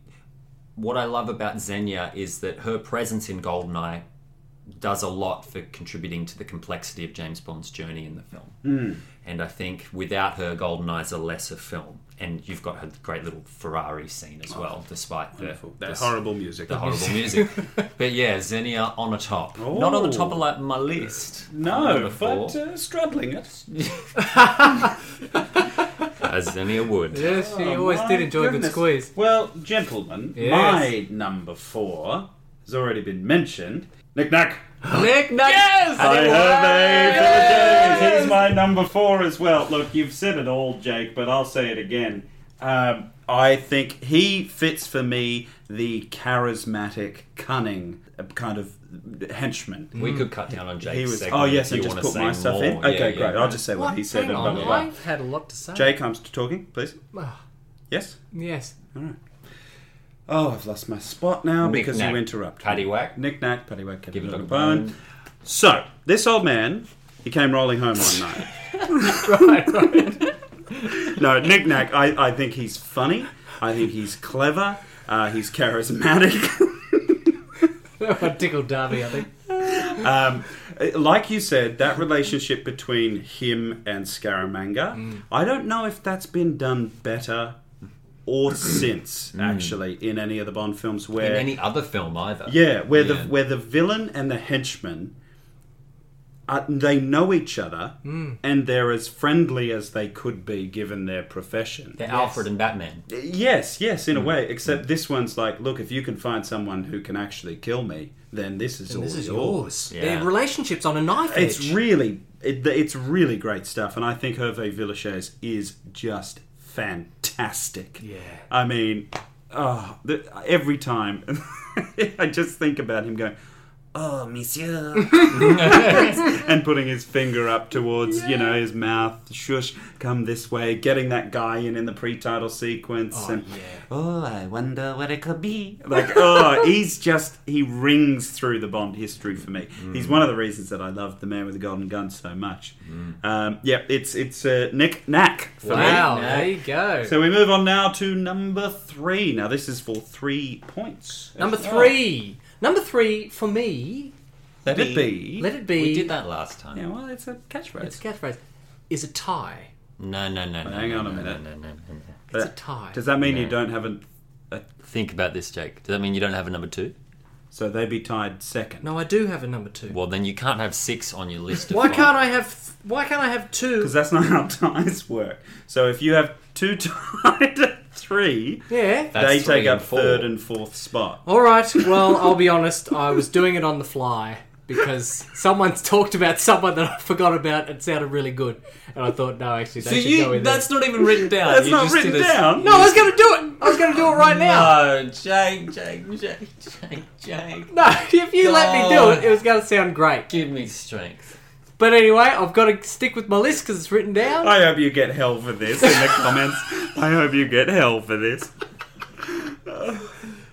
what I love about Xenia is that her presence in Goldeneye does a lot for contributing to the complexity of James Bond's journey in the film.
Hmm.
And I think without her, Goldeneye's a lesser film. And you've got her great little Ferrari scene as well, despite the,
Oh, Wonderful. That
the-
horrible music.
the horrible music. But yeah, Xenia on a top.
Oh.
Not on the top of like, my list.
Uh, No,
Number four.
but uh, straddling it. uh,
As Xenia would.
Yes, you
Oh,
always
my
did enjoy a good
goodness.
squeeze.
Well, gentlemen,
Yes.
my number four has already been mentioned. Knick knack.
Nick, Nick. Yes!
I have a Philip James. He's my number four as well. Look, you've said it all, Jake, but I'll say it again. Um, I think he fits for me the charismatic, cunning uh, kind of henchman.
We could cut down on Jake's
He was.
segment
Oh yes,
if
and
you
just
want
put
to
my
say
stuff
more.
in.
Yeah,
Okay,
yeah,
great.
yeah.
I'll just say what, he said.
Hang
and blah,
on,
blah, blah.
I've had a lot to say.
Jay comes to talking, please.
Ah,
Yes.
yes.
Oh, I've lost my spot now because you
Knick-knack.
interrupt.
Paddywhack.
Knick knack, paddywhack, give
it
it
a
a
bone.
bone. So this old man, he came rolling home one night.
right, right.
No, Nick Nack, I, I think he's funny. I think he's clever. Uh, he's charismatic.
I tickled Darby, I think.
um, like you said, that relationship between him and Scaramanga, I don't know if that's been done better or since, actually, in any of the Bond films where.
In any other film either.
Yeah, where
Yeah.
the where the villain and the henchman, are, they know each other, and they're as friendly as they could be given their profession.
They're Alfred and Batman.
Yes, yes, in a way. Except this one's like, look, if you can find someone who can actually kill me, then this is all
This is
yours.
yours.
Yeah.
Their relationship's on a knife edge.
It's really, it, it's really great stuff, and I think Hervé Villechaize is just fantastic.
Yeah.
I mean, oh, the, every time I just think about him going, "Oh, Monsieur," and putting his finger up towards you know his mouth, shush, come this way, getting that guy in in the pre-title sequence, and oh, I wonder what it could be. Like, oh, he's just he rings through the Bond history for me.
Mm.
He's one of the reasons that I love the Man with the Golden Gun so much. Um, yeah, it's it's uh, Nick Knack for me.
Mm. Wow,
Nick.
there you go.
So we move on now to number three. Now this is for three points.
Number three. Number three for me.
Let it be.
Let it be.
We did that last time.
Yeah, well, it's a catchphrase.
It's a catchphrase. Is a tie.
No, no, no, no.
Hang
no,
on a
no,
minute.
No, no, no, no, no.
It's a tie.
Does that mean you don't have a?
Think about this, Jake. Does that mean you don't have a number two?
So they be tied second.
No, I do have a number two.
Well, then you can't have six on your list. Of
Why
five.
can't I have? Why can't I have
Because
two?
that's not how ties work. So if you have two tied at three,
Yeah.
That's
they
three
take up
and four.
third and fourth spot.
All right. Well, I'll be honest. I was doing it on the fly because someone's talked about someone that I forgot about. It sounded really good, and I thought, no, actually, they
So
should go
you,
with that.
that's not even written down.
That's
you
not
just
written
did a-
down.
No, I was going to do it. I was going to do it right now.
No, Jake, Jake, Jake, Jake, Jake.
No, if you let me do it, it was going to sound great.
Give me strength.
But anyway, I've got to stick with my list because it's written down.
I hope you get hell for this in the comments. I hope you get hell for this.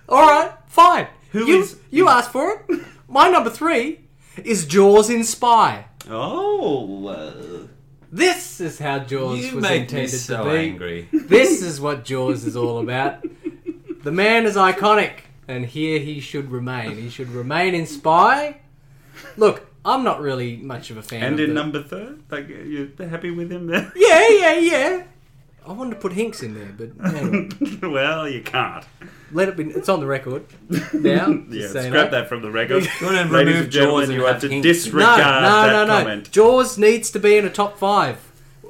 All right, fine.
Who
you,
is-
you asked for it? My number three is Jaws in Spy.
Oh,
This is how Jaws
You
was
make me
intended
so
to be.
angry.
This is what Jaws is all about. The man is iconic, and here he should remain. He should remain in Spy. Look, I'm not really much of a fan.
and
of
in
the-
number third, like you're happy with him there?
yeah, yeah, yeah. I wanted to put Hinks in there, but anyway,
well, you can't.
let it be. It's on the record now.
Yeah,
just saying eh? that.
scrap that from the record.
Go and
Ladies
remove
and gentlemen,
Jaws
you
and
have
have
to
Hinks.
disregard that
no, no,
comment.
no. Jaws needs to be in a top five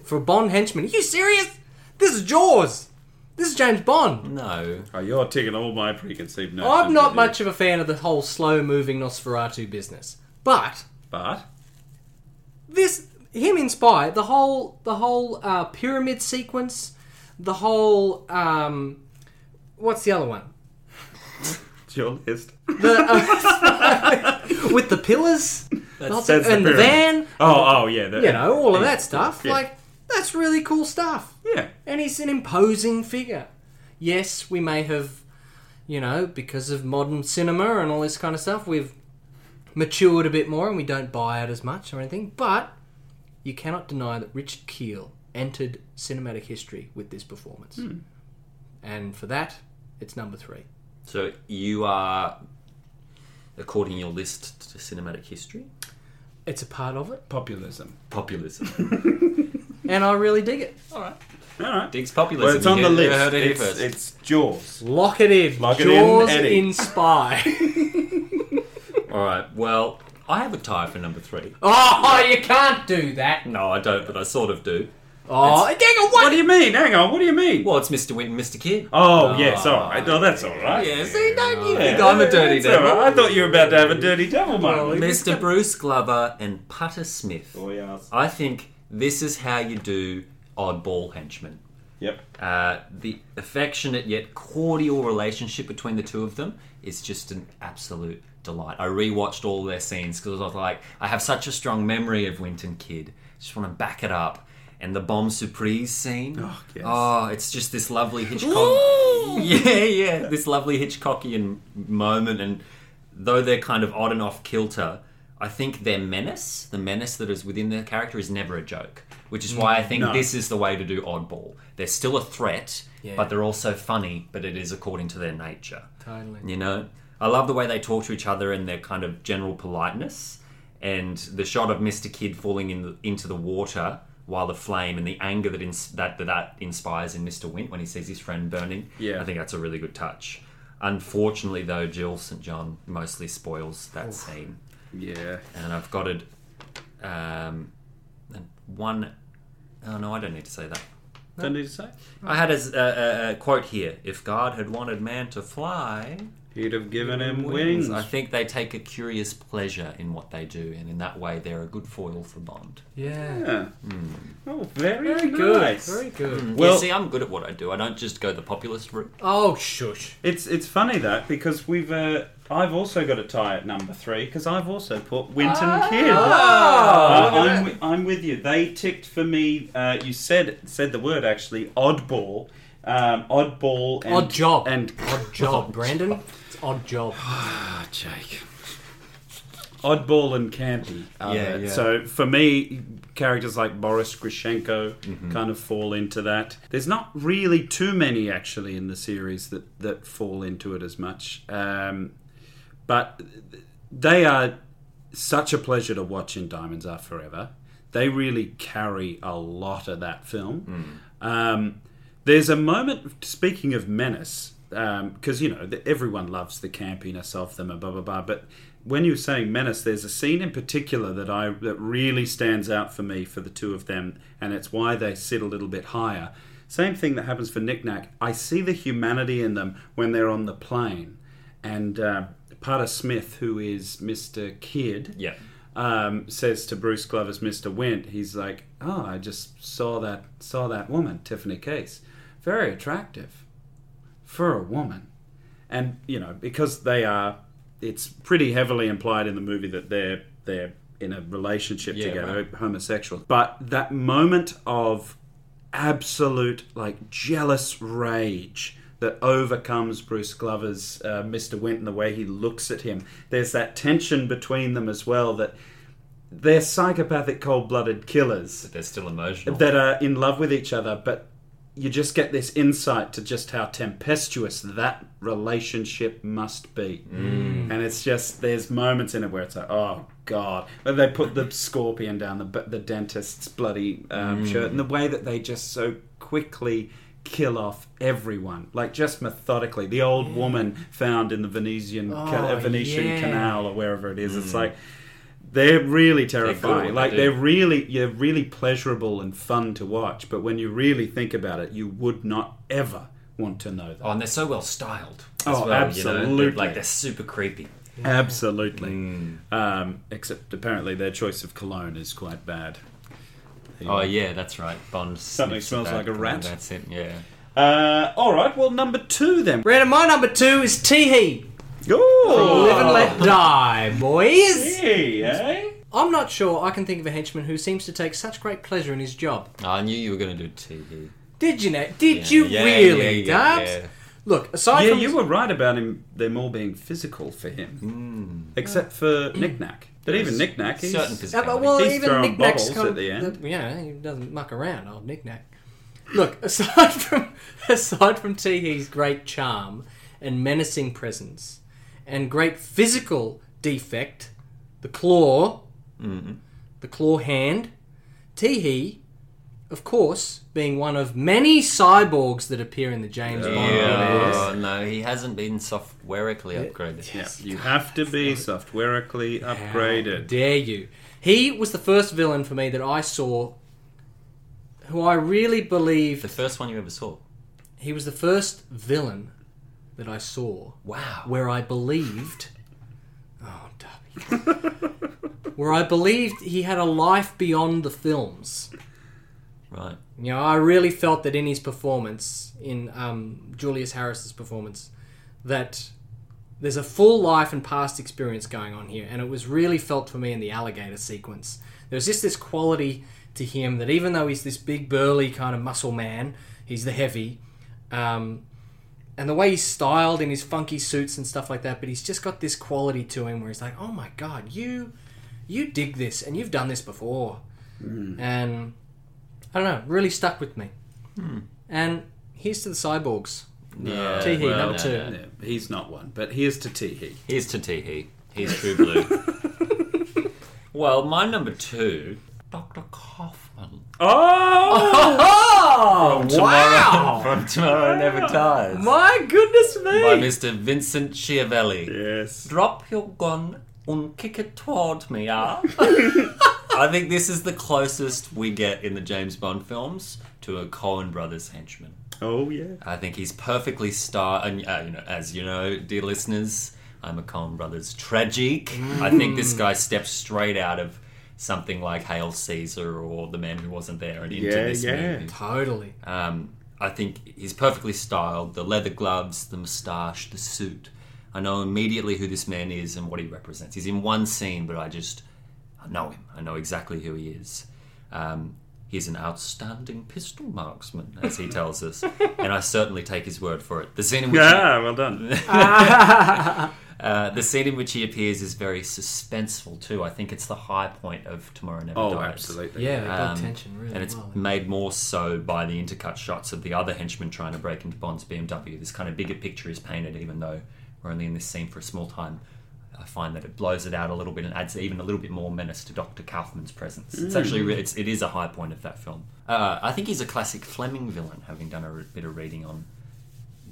for Bond henchman. Are you serious? This is Jaws. This is James Bond.
No.
Oh, you're taking all my preconceived notions.
I'm
with
not
you.
much of a fan of the whole slow moving Nosferatu business, but
But
this him in Spy, the whole the whole uh, pyramid sequence, the whole um, what's the other one
it's your list.
the, uh, with the pillars Not the-
that's the
and the,
pyramid.
van,
Oh, oh yeah. The,
you know, all of
yeah,
that stuff.
yeah.
Like that's really cool stuff.
yeah.
and he's an imposing figure. Yes, we may have, you know, because of modern cinema and all this kind of stuff, we've matured a bit more and we don't buy it as much or anything, but you cannot deny that Richard Keel entered cinematic history with this performance. And for that, it's number three.
So you are according to your list to cinematic history?
It's a part of it,
Populism.
Populism.
and I really dig it.
All right.
All right.
Digs populism.
Well, it's on
You
the
heard- you
list.
heard it here
It's,
first.
it's Jaws.
Lock it in.
Lock it in,
Jaws
Eddie.
in Spy.
All right. Well, I have a tie for number three.
oh, you can't do that.
No, I don't, but I sort of do.
Oh, dang it,
What
what?
do you mean? Hang on. What do you mean?
Well, it's Mr. Winton, Mr. Kid.
Oh, yes. All right. No, that's all right.
Yeah, see, don't you
Yeah,
think I'm a dirty
that's all
devil.
right. I thought you were about to have a dirty devil moment.
Mr. Bruce Glover and Putter Smith.
Oh, yes.
I think this is how you do oddball henchmen.
Yep.
Uh, the affectionate yet cordial relationship between the two of them is just an absolute delight. I rewatched all their scenes because I was like, I have such a strong memory of Winton Kid. Just want to back it up. And the bomb surprise scene.
Oh, yes.
Oh, it's just this lovely Hitchcock. yeah, yeah, this lovely Hitchcockian moment. And though they're kind of odd and off kilter, I think their menace, the menace that is within their character, is never a joke. Which is why I think
No.
this is the way to do oddball. They're still a threat,
Yeah.
but they're also funny. But it is according to their nature.
Totally.
You know, I love the way they talk to each other and their kind of general politeness, and the shot of Mister Kid falling in the, into the water while the flame and the anger that ins- that that- that inspires in Mister Wint when he sees his friend burning.
Yeah.
I think that's a really good touch. Unfortunately, though, Jill St John mostly spoils that scene,
Yeah.
and I've got it. Um, and one. Oh no, I don't need to say that.
Don't need to say.
I had a, a, a- a quote here. If God had wanted man to fly,
He'd have given him wings.
I think they take a curious pleasure in what they do, and in that way, they're a good foil for Bond.
Yeah.
Yeah. Oh, very,
Very good.
nice.
Very good.
Well,
Well-
see, I'm good at what I do. I don't just go the populist route.
Oh, shush.
It's it's funny that because we've uh, I've also got a tie at number three because I've also put Winton Kid. Uh, I'm, wi- I'm with you. They ticked for me. Uh, you said said the word actually. Oddball, um, oddball, and,
Odd job.
and
Odd job, Brandon. It's odd job.
Ah, Jake. Oddball and Candy. are
Yeah,
that.
yeah.
So for me, characters like Boris Grishenko
Mm-hmm.
kind of fall into that. There's not really too many actually in the series that that fall into it as much. Um, but they are such a pleasure to watch in Diamonds Are Forever. They really carry a lot of that
Mm.
film. Um, there's a moment, speaking of menace, because, you know, the, everyone loves the campiness of them and blah, blah, blah. But when you're saying menace, there's a scene in particular that, I, that really stands out for me for the two of them, and it's why they sit a little bit higher. Same thing that happens for Knick Knack. I see the humanity in them when they're on the plane and uh, Potter Smith, who is Mr. Kidd,
Yeah.
um, says to Bruce Glover's Mr. Wint, he's like, "Oh, I just saw that saw that woman, Tiffany Case, very attractive for a woman," and you know because they are, it's pretty heavily implied in the movie that they're they're in a relationship
Yeah,
together, homosexual. But that moment of absolute like jealous rage that overcomes Bruce Glover's uh, Mr. Winton the way he looks at him. There's that tension between them as well that they're psychopathic cold-blooded killers
They're still emotional.
that are in love with each other but you just get this insight to just how tempestuous that relationship must be and it's just there's moments in it where it's like oh god But they put the scorpion down the the dentist's bloody um, shirt and the way that they just so quickly kill off everyone like just methodically the old woman found in the venetian ca- uh,
Oh,
venetian
yeah.
canal or wherever it is it's like they're really terrifying.
what they
like
do.
they're really, you're really pleasurable and fun to watch. But when you really think about it, you would not ever want to know that.
oh, and they're so well styled. as
Oh,
well, You know?
absolutely.
They're- Like they're super creepy.
Absolutely.
Mm.
Um, except apparently their choice of cologne is quite bad.
Oh yeah, that's right. Bond.
Something
sniffs
smells
that,
like a
and
rat.
That's it. Yeah.
Uh, all right. Well, number two then.
Brandon, my number two is Teehee. Live and
Oh,
let die, boys.
hey, eh?
I'm not sure I can think of a henchman who seems to take such great pleasure in his job.
Oh, I knew you were going to do E. TV.
Did you know? Did you
Yeah,
really,
yeah, yeah,
Dubs?
yeah.
Look, aside
Yeah,
from
you were right about him. Them all being physical for him,
Mm.
except for Knick Knack. But even Knick Knack, he's
Certain
Uh,
physicality.
but, well,
He's
even
throwing
Nick Knack's
bottles
kind
at
of,
the end.
uh, yeah, he doesn't muck around, old Nick Knack. Look, aside from aside from Teehee's great charm and menacing presence, and great physical defect, the claw,
Mm-hmm.
the claw hand, Teehee, of course, being one of many cyborgs that appear in the James Bond universe.
Oh, no, he hasn't been softwareically upgraded.
Yeah, you have to be softwareically
How
upgraded.
dare you? He was the first villain for me that I saw who I really
The
believed
first one you ever saw.
he was the first villain that I saw
Wow.
where I believed Oh Darby. where I believed he had a life beyond the films.
Right.
You know, I really felt that in his performance, in um, Julius Harris's performance, that there's a full life and past experience going on here, and it was really felt for me in the alligator sequence. There was just this quality to him that even though he's this big burly kind of muscle man, he's the heavy, um, and the way he's styled in his funky suits and stuff like that, but he's just got this quality to him where he's like, "Oh my god, you, you dig this, and you've done this before," and I don't know, really stuck with me.
Hmm.
And here's to the cyborgs.
Yeah.
Teehee, E, number two.
no.
Yeah, he's not one, but here's to Teehee.
Here's to Teehee. Here's True Blue. well, my number two, Dr. Kaufman.
Oh!
Oh!
wow!
From Tomorrow Never Dies.
My goodness me!
by Mr. Vincent Schiavelli.
Yes.
Drop your gun and kick it toward me, ah. I think this is the closest we get in the James Bond films to a Coen Brothers henchman.
Oh, yeah.
I think he's perfectly star, and uh, you know, as you know, dear listeners, I'm a Coen Brothers tragic. I think
Mm.
this guy steps straight out of something like Hail Caesar or The Man Who Wasn't There and into
Yeah,
this
yeah.
movie.
Totally.
Um, I think he's perfectly styled. The leather gloves, the moustache, the suit. I know immediately who this man is and what he represents. He's in one scene, but I just I know him. I know exactly who he is. Um, he's an outstanding pistol marksman, as he tells us, and I certainly take his word for it. The scene in which he-
Yeah, well done.
uh, the scene in which he appears is very suspenseful too. I think it's the high point of Tomorrow Never
Oh,
Dies.
absolutely.
Yeah, they got
Um,
tension really
and it's
well.
made more so by the intercut shots of the other henchmen trying to break into Bond's BMW. This kind of bigger picture is painted, even though we're only in this scene for a small time. I find that it blows it out a little bit and adds even a little bit more menace to Dr. Kaufman's presence. It's actually re- it's, it is a high point of that film. Uh, I think he's a classic Fleming villain, having done a re- bit of reading on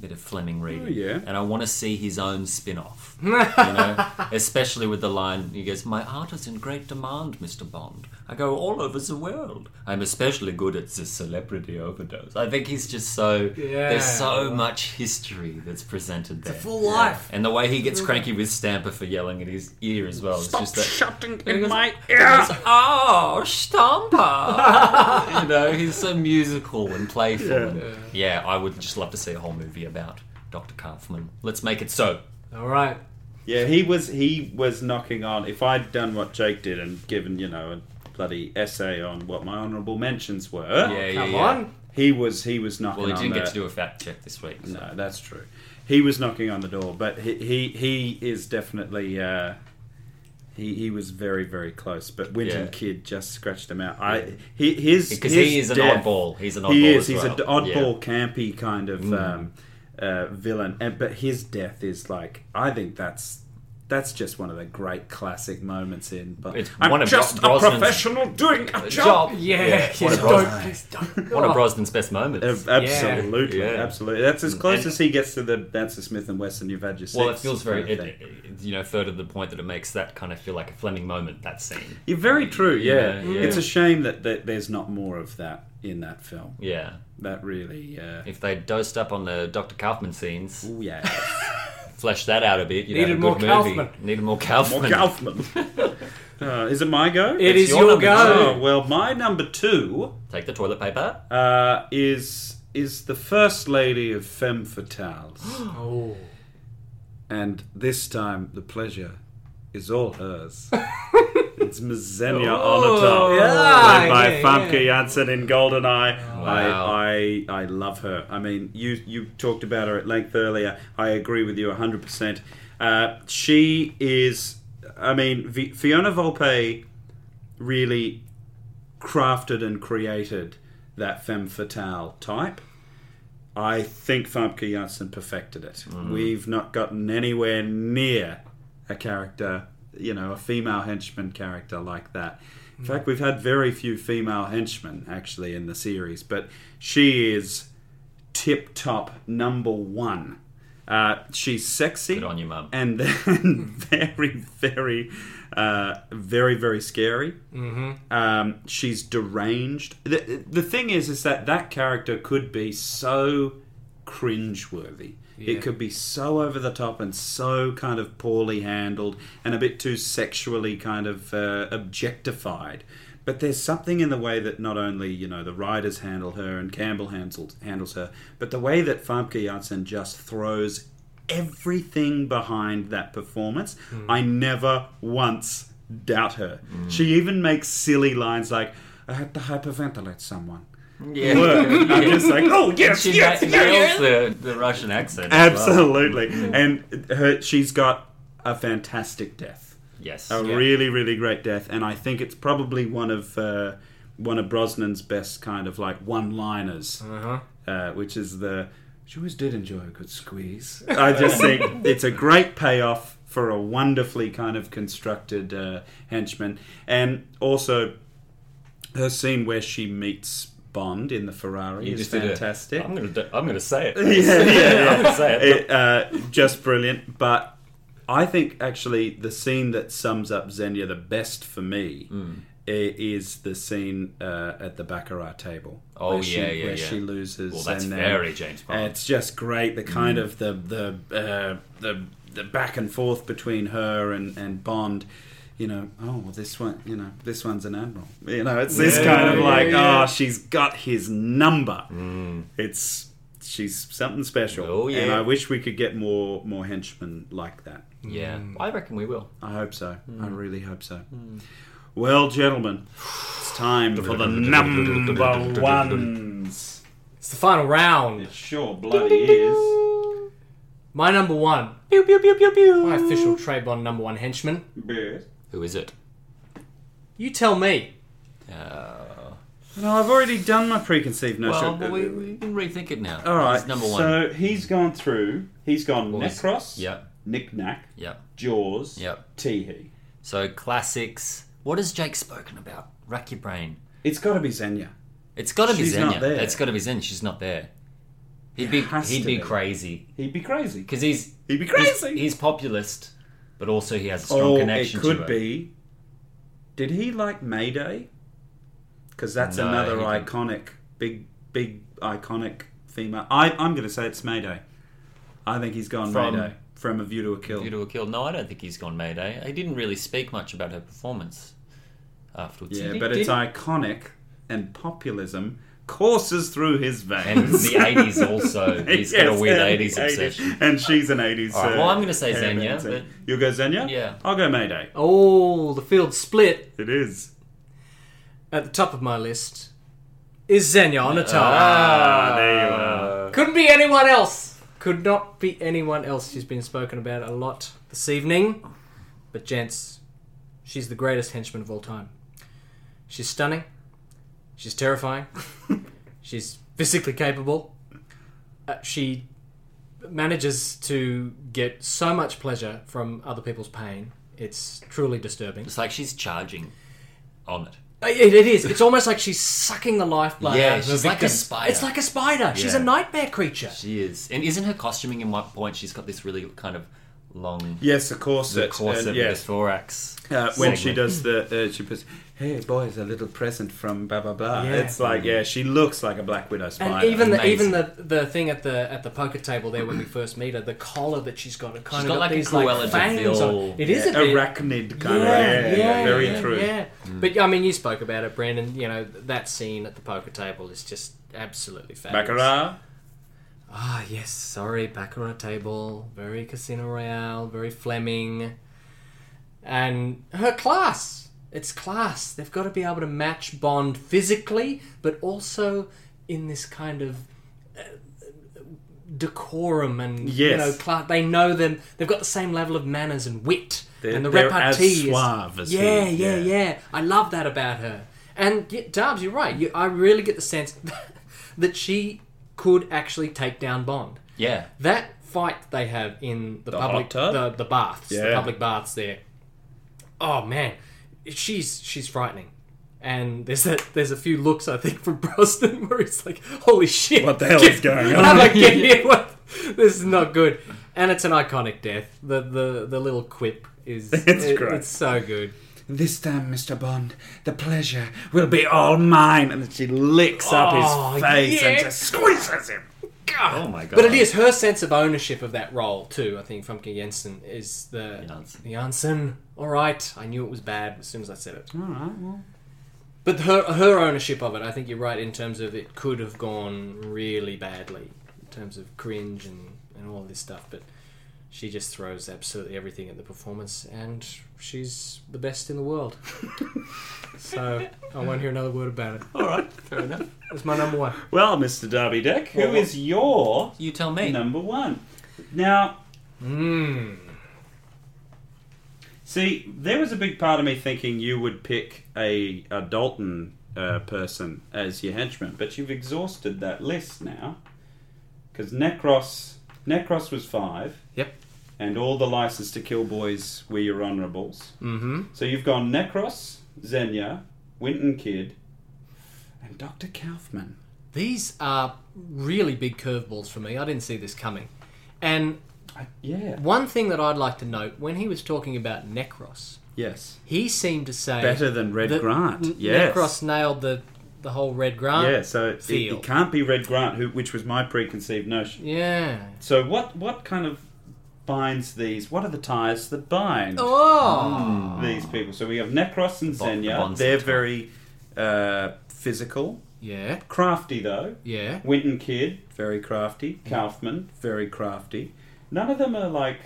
bit of Fleming reading.
yeah.
And I want to see his own spin off. you know? Especially with the line, he goes, My art is in great demand, Mr. Bond. I go all over the world. I'm especially good at the celebrity overdose. I think he's just so.
Yeah.
There's so much history that's presented there.
full life.
And the way he gets cranky with Stamper for yelling at his ear as well.
Stop
it's just that.
shouting
He
in
goes,
my ear!
Oh, Stamper! you know, he's so musical and playful. Yeah. And, yeah, I would just love to see a whole movie about Dr. Kaufman. Let's make it so.
All right.
Yeah, he was he was knocking on. If I'd done what Jake did and given you know a bloody essay on what my honourable mentions were,
Yeah,
Come
yeah, yeah.
on.
he was he was knocking.
Well, he
on
didn't
the,
get to do a fact check this week. So.
No, that's true. He was knocking on the door, but he he, he is definitely uh, he he was very very close. But Winton
Yeah.
Kid just scratched him out. I he, his
Because
his
he is an
death-
oddball. He's an oddball.
He is.
as
He's
well. Mm.
an oddball, campy kind of um, uh, villain. And but his death is like I think that's that's just one of the great classic moments in. But
It's
I'm
one of
Just
Bro-
a
Brosnan's-
professional doing a
Yeah.
job!
Job.
Yeah,
yeah.
yeah,
One, of
don't,
Bros-
please don't.
one
Oh.
of Brosnan's best moments.
Ab- Absolutely,
Yeah.
absolutely. That's as close
And-
as he gets to the. That's the Smith and Wesson. You've had your six.
Well, it feels very,
kind
it,
of thing.
it- you know, further to the point that it makes that kind of feel like a Fleming moment, that scene.
You're very true.
Yeah,
Yeah,
yeah.
it's a shame that, that there's not more of that in that film.
Yeah.
That really. Uh,
If they dosed up on the Dr. Kaufman scenes,
oh yeah,
flesh that out a bit. You
Needed
know,
more
good
Kaufman.
Movie. Needed more Kaufman.
More Kaufman. uh, is it my go?
It
It's
is
your
your,
number
go.
Oh, well, my number two
Take the toilet paper.
uh, is is the first lady of femme fatales,
Oh.
and this time the pleasure is all hers. it's Ms. Xenia Onatopp,
Oh. yeah,
played by
yeah,
Famke Janssen in GoldenEye.
Wow.
I, I I love her. I mean, you you talked about her at length earlier. I agree with you 100. Uh, percent She is. I mean, v- Fiona Volpe really crafted and created that femme fatale type. I think Famke Janssen perfected it.
Mm.
We've not gotten anywhere near a character, you know, a female henchman character like that. In fact, we've had very few female henchmen actually in the series, but she is tip top number one. Uh, she's sexy.
Good on you, Mum.
And then very, very, uh, very, very scary. Um, she's deranged. The, the thing is, is that that character could be so cringeworthy.
Yeah.
It could be so over the top and so kind of poorly handled and a bit too sexually kind of uh, objectified. But there's something in the way that not only you know the writers handle her and Campbell handles handles her, but the way that Famke Janssen just throws everything behind that performance. I never once doubt her. She even makes silly lines like, "I had to hyperventilate someone."
Yeah.
Work. I'm just like, oh yes,
She
yes,
na-
yes,
nails the, the Russian accent. as well.
Absolutely. And her, she's got a fantastic death.
Yes.
A
Yeah.
really, really great death. And I think it's probably one of uh, one of Brosnan's best kind of like one liners,
Uh-huh.
uh, which is the she always did enjoy a good squeeze. I just think it's a great payoff for a wonderfully kind of constructed uh, henchman. And also, her scene where she meets Bond in the Ferrari
You
is
just did a-
fantastic
I'm gonna do- I'm gonna say it.
yeah, yeah,
I'm gonna say it.
It, uh, just brilliant. But I think actually the scene that sums up Xenia the best for me
Hmm.
i- is the scene uh, at the baccarat table.
Oh,
where she,
yeah, yeah,
where
yeah.
she loses.
Well, that's
and then-
very James Bond.
and Uh, it's just great the
Mm.
kind of the the uh, the the back and forth between her and and Bond. You know, oh well, this one, you know, this one's an admiral. You know, it's this
Yeah,
kind of
yeah, Mm.
like,
yeah.
oh, she's got his number. It's she's something special.
Oh, yeah.
and I wish we could get more more henchmen like that.
yeah, I reckon we will.
I hope so. I
Mm.
really hope so. Well, gentlemen, it's time for the number ones.
It's the final round.
It sure bloody is.
My number one,
Pew pew pew pew pew.
my official Trayvon number one henchman.
Bird.
Who is it?
You tell me.
Uh,
No, I've already done my preconceived
well,
notion.
we, we can rethink it now.
All right.
It's number one.
So he's gone through. He's gone
was-
Necros,
Yep.
Knick Knack,
Yep.
Jaws,
Yep.
Teehee.
So classics. What has Jake spoken about? Rack your brain.
It's got to be Xenia.
It's got to be
She's not
Xenia.
there.
It's got to be Xenia. She's not there. He'd be
has
he'd
to
be,
be.
crazy
He'd be crazy.
because he's
He'd be
he's,
crazy.
he's populist, but also he has a strong
oh,
connection
it could
to her.
be. Did he like Mayday? Because that's
No,
another
he didn't.
iconic, big, big iconic female. I, I'm going to say it's Mayday. I think he's gone
From-
Mayday from A View to a Kill.
View to a Kill. No, I don't think he's gone Mayday. He didn't really speak much about her performance afterwards.
yeah,
He
but
did-
it's iconic, and populism courses through his
and
veins.
the eighties also. He's got a
Yes,
weird
and
eighties
80s.
obsession.
And she's an 80s.
All right,
uh,
well, I'm gonna say
hair
Xenia,
band, so-
but-
You'll go Xenia?
Yeah.
I'll go Mayday.
Oh, the field split
It is.
at the top of my list is Xenia on the top.
Ah, there you are.
Couldn't be anyone else. Could not be anyone else. She's been spoken about a lot this evening. But, gents, she's the greatest henchman of all time. She's stunning. She's terrifying. she's physically capable. Uh, she manages to get so much pleasure from other people's pain. It's truly disturbing.
It's like she's charging on it.
Uh, It, it is. It's almost like she's sucking the lifeblood
Yeah,
out of her
she's like a
victims.
spider.
It's like a spider. She's
Yeah.
a nightmare creature.
She is, and isn't her costuming in one point? She's got this really kind of long
Yes, the corset.
the corset,
and
with
yes.
the thorax.
Uh, when
segment.
she does the, uh, she puts, "Hey boys, a little present from blah blah blah."
Yeah.
It's like, yeah, she looks like a Black Widow spider.
And even the,
Amazing.
even the the thing at the at the poker table there when we first meet her, the collar that she's got, it kind
She's
of
got
got,
like a
these
Cruella
like
de
fangs
Vil.
on. It is a bit
arachnid kind
yeah,
of,
yeah,
very
yeah,
true.
Yeah,
Mm.
but I mean, you spoke about it, Brandon. You know that scene at the poker table is just absolutely fabulous.
Baccarat.
Ah, yes. Sorry, baccarat table, very Casino Royale, very Fleming, and her class. It's class. They've got to be able to match Bond physically, but also in this kind of uh, decorum and you
Yes.
know, class. They know them. They've got the same level of manners and wit,
They're-
and the
they're as
repartee. is-
suave as
yeah,
he,
yeah,
yeah.
yeah, I love that about her. And yeah, Darbs, you're right. You, I really get the sense that she could actually take down Bond.
Yeah.
That fight they have in the,
The
public
hot tub?
the the baths, the
Yeah.
public baths there. Oh man, she's she's frightening. And there's that there's a few looks I think from Brosnan where he's like, "Holy shit,
What the hell is going on?
How did I get here? What? This is not good." And it's an iconic death. The the the little quip is
It's
it-
great.
it's so good.
This time, Mr. Bond, the pleasure will be all mine. And then she licks up
Oh,
his face and
yeah.
just squeezes him.
Oh my god.
But it is her sense of ownership of that role too. I think Famke Jensen is the
Janssen.
Janssen. All right, I knew it was bad as soon as I said it.
All right, well.
But her her ownership of it, I think you're right in terms of it could have gone really badly in terms of cringe and and all this stuff. But she just throws absolutely everything at the performance, and she's the best in the world. so I won't hear another word about it.
All right, fair enough.
That's my number one.
Well, Mr. Darby Deck, who
Well,
is
what-
your
You tell me.
number one? Now,
Mm.
see, there was a big part of me thinking you would pick a, a Dalton uh, person as your henchman, but you've exhausted that list now. Because Necros, Necros was five,
Yep.
and all the License to Kill boys were your honorables.
Mm-hmm.
So you've gone Necros, Xenia, Winton Kid, and Dr. Kaufman.
These are really big curveballs for me. I didn't see this coming. And
I, yeah.
one thing that I'd like to note when he was talking about Necros,
Yes.
he seemed to say
Better than Red
that
Grant.
N-
Yes.
Necros nailed the the whole Red Grant.
yeah, so it, it-
feel.
it can't be Red Grant, who, which was my preconceived notion.
Yeah.
So what what kind of binds these? What are the ties that bind
Oh.
these people? So we have Necros and
Bon-
Xenia.
bonds
They're
that tie.
very uh, physical,
Yeah.
crafty though.
Yeah.
Winton Kid, very crafty. Kaufman, very crafty. None of them are like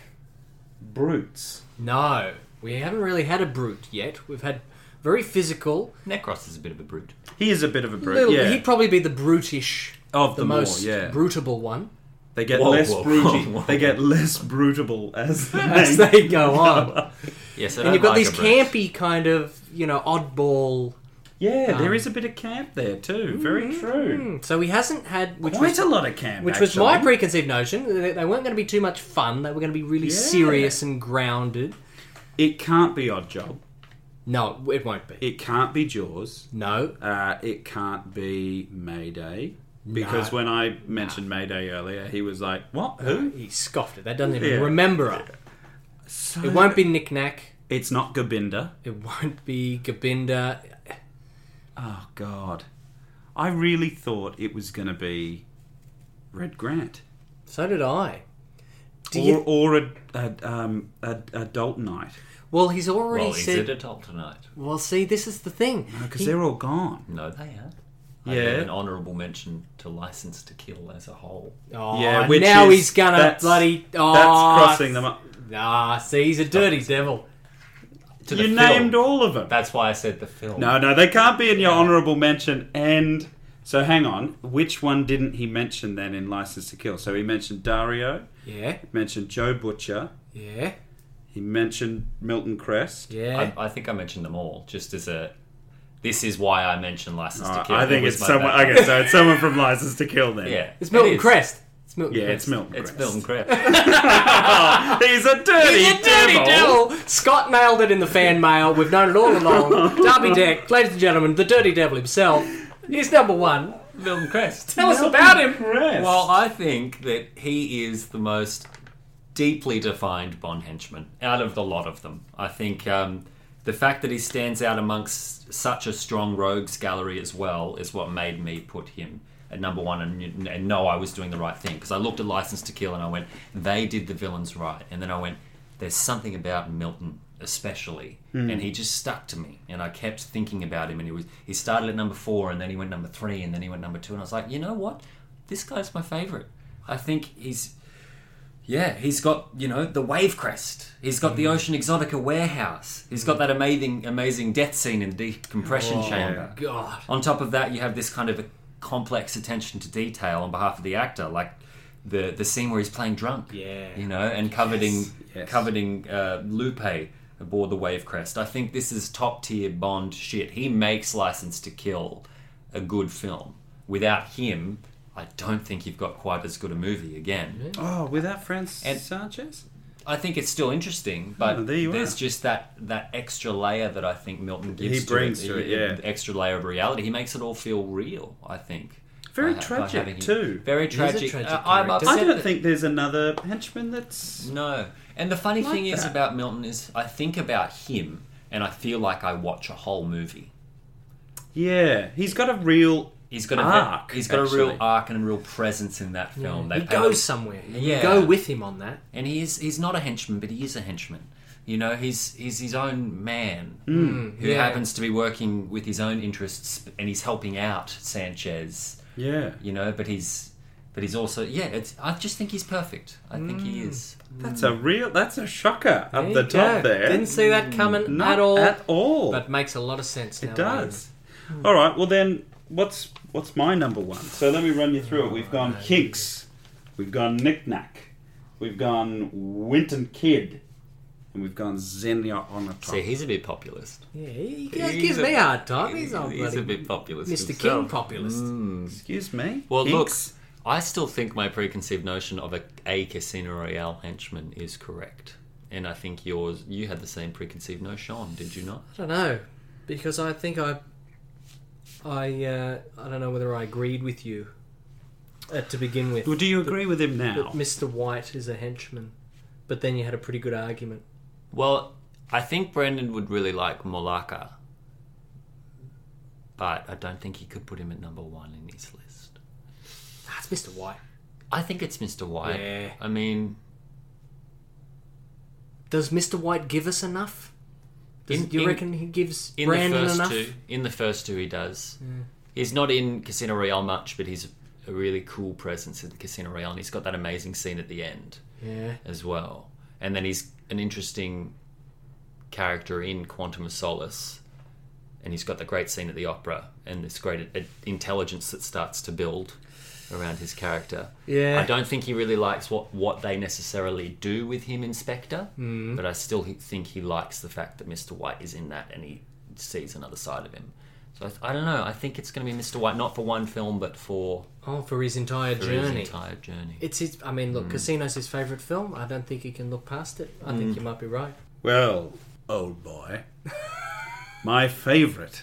brutes.
No, we haven't really had a brute yet. We've had very physical.
Necros is a bit of a brute.
He is a bit of a brute.
little,
yeah,
He'd probably be the brutish,
of
the
them all,
most
yeah.
brutable one
they get
Whoa,
less
whoa,
brutal.
whoa, whoa.
They get less brutable as the
as
name-
they go on.
Yes, I
and
don't
you've got
like
these
a brute.
campy kind of, you know, oddball.
Yeah, Mm-hmm.
Um,
there is a bit of camp there too. Very true.
Mm, So he hasn't had which
Quite
was,
a lot of camp.
which was my
actually.
preconceived notion. They, they weren't going to be too much fun. They were going to be really
Yeah.
serious and grounded.
It can't be Odd Job.
No, it won't be.
It can't be Jaws.
No,
Uh, it can't be Mayday. Because when I mentioned Mayday earlier, he was like, "What? Who?"
he scoffed it. That doesn't even
Yeah.
remember it.
So
It won't be Nick Nack.
It's not Gobinda.
It won't be Gabinda.
Oh God, I really thought it was going to be Red Grant
So did I. Do
or,
you?
or a, a, um, a, a Dalton Knight
Well, he's already
Well, is
said.
it a top tonight?
Well, see, this is the thing.
because
He-
they're all gone.
No, they are. I
Yeah.
gave an honourable mention to License to Kill as a whole.
oh,
Yeah, which
now
is-
he's gonna
that's-
bloody. Oh,
That's crossing them up.
Nah, see, he's a dirty devil.
To the
You
film.
named all of them.
That's why I said the film.
No, no, they can't be in your honourable mention. And so, hang on, which one didn't he mention then in License to Kill? So he mentioned Dario,
Yeah,
he mentioned Joe Butcher,
yeah,
he mentioned Milton Crest.
yeah.
I, I think I mentioned them all, just as a. This is why I mentioned License to
Alright,
Kill.
I think
It was
it's
my
someone.
bad-
Okay, so it's someone from License to Kill then.
Yeah.
It's Milton
It is.
Crest. It's Milton
yeah,
Crest.
it's Milton.
It's
Crest.
Milton Crest.
He's a dirty,
He's a dirty
devil.
devil. Scott nailed it in the fan mail. We've known it all along. Darby Deck, ladies and gentlemen, the dirty devil himself. He's number one.
Milton Crest.
Tell us about him.
Crest.
Well, I think that he is the most deeply defined Bond henchman out of the lot of them. I think um, the fact that he stands out amongst such a strong rogues gallery as well is what made me put him at number one and, and know I was doing the right thing because I looked at License to Kill and I went, they did the villains right. And then I went, there's something about Milton especially and he just stuck to me and I kept thinking about him and he was he started at number 4 and then he went number 3 and then he went number 2 and I was like you know what this guy's my favorite I think he's yeah, he's got you know the wave crest. He's got the
Mm.
Ocean Exotica warehouse. He's got that amazing, amazing death scene in the decompression
Oh,
chamber.
God.
On top of that, you have this kind of a complex attention to detail on behalf of the actor, like the the scene where he's playing drunk.
Yeah.
you know, and covered in
yes.
covered in uh, Lupe aboard the wave crest. I think this is top tier Bond shit. He makes License to Kill a good film. Without him, I don't think you've got quite as good a movie again.
Oh, without Franz
And-
Sanchez?
I think it's still interesting, but
Oh, there you
there's
are.
just that that extra layer that I think Milton gives.
He brings to it, yeah.
the extra layer of reality. He makes it all feel real. I think
Very
By ha- by
tragic,
having him-
too.
Very
a
tragic.
tragic
Uh, I'm
character.
upset.
I don't
that-
think there's another henchman that's.
No. And the funny
Like
thing is
that.
about Milton is I think about him and I feel like I watch a whole movie.
Yeah, he's got a real.
He's got a
Arc,
he's got a real
actually.
arc and a real presence in that film.
He
They pay-
goes somewhere. and You
Yeah.
go with him on that.
and he is he's not a henchman, but he is a henchman. You know, he's he's his own man who
Hmm. yeah.
happens to be working with his own interests, and he's helping out Sanchez.
Yeah.
You know, but he's but he's also yeah. It's I just think he's perfect. I think he
Hmm.
is.
That's a real. That's a shocker up
There
the
you
top
go.
there.
Didn't see that coming
Not
at all.
At all.
But makes a lot of sense.
it
now,
does. Hmm. All right. Well then, what's what's my number one? So let me run you through it. We've gone Hinks. We've gone Knick Knack. We've gone Winton Kid. And we've gone Xenia on the top.
See, he's a bit populist.
Yeah, he gives,
He's
gives
a-
me a hard time. He's, old
he's
bloody
a bit populist.
Mr.
himself.
King populist.
Mm. Excuse me.
Well, look,
Hinks?
I still think my preconceived notion of a, a Casino Royale henchman is correct. And I think yours, you had the same preconceived notion, did you not?
I don't know because I think I, I, uh, I don't know whether I agreed with you uh, to begin with.
Well, do you agree with him
that
now?
Mr. White is a henchman, but then you had a pretty good argument.
Well, I think Brendan would really like Molaka, but I don't think he could put him at number one in his list.
Ah, it's Mr. White.
I think it's Mr. White.
Yeah.
I mean,
Does Mr. White give us enough? Does,
In-
do you
in-
reckon he gives
in
Brandon
the first
enough?
two, in the first two, he does. He's not in Casino Royale much, but he's a really cool presence in Casino Royale, and he's got that amazing scene at the end.
Yeah.
as well. And then he's an interesting character in Quantum of Solace. And he's got the great scene at the opera and this great uh, intelligence that starts to build around his character.
Yeah.
I don't think he really likes what, what they necessarily do with him, Inspector, mm. but I still he- think he likes the fact that Mr. White is in that and he sees another side of him. So I, th- I don't know. I think it's going to be Mr. White, not for one film, but for,
Oh, for his entire
for his
journey.
entire Hmm. journey.
It's his. I mean, look, Casino's his favourite film. I don't think he can look past it. I
Hmm.
think you might be right.
Well, old boy, my favourite,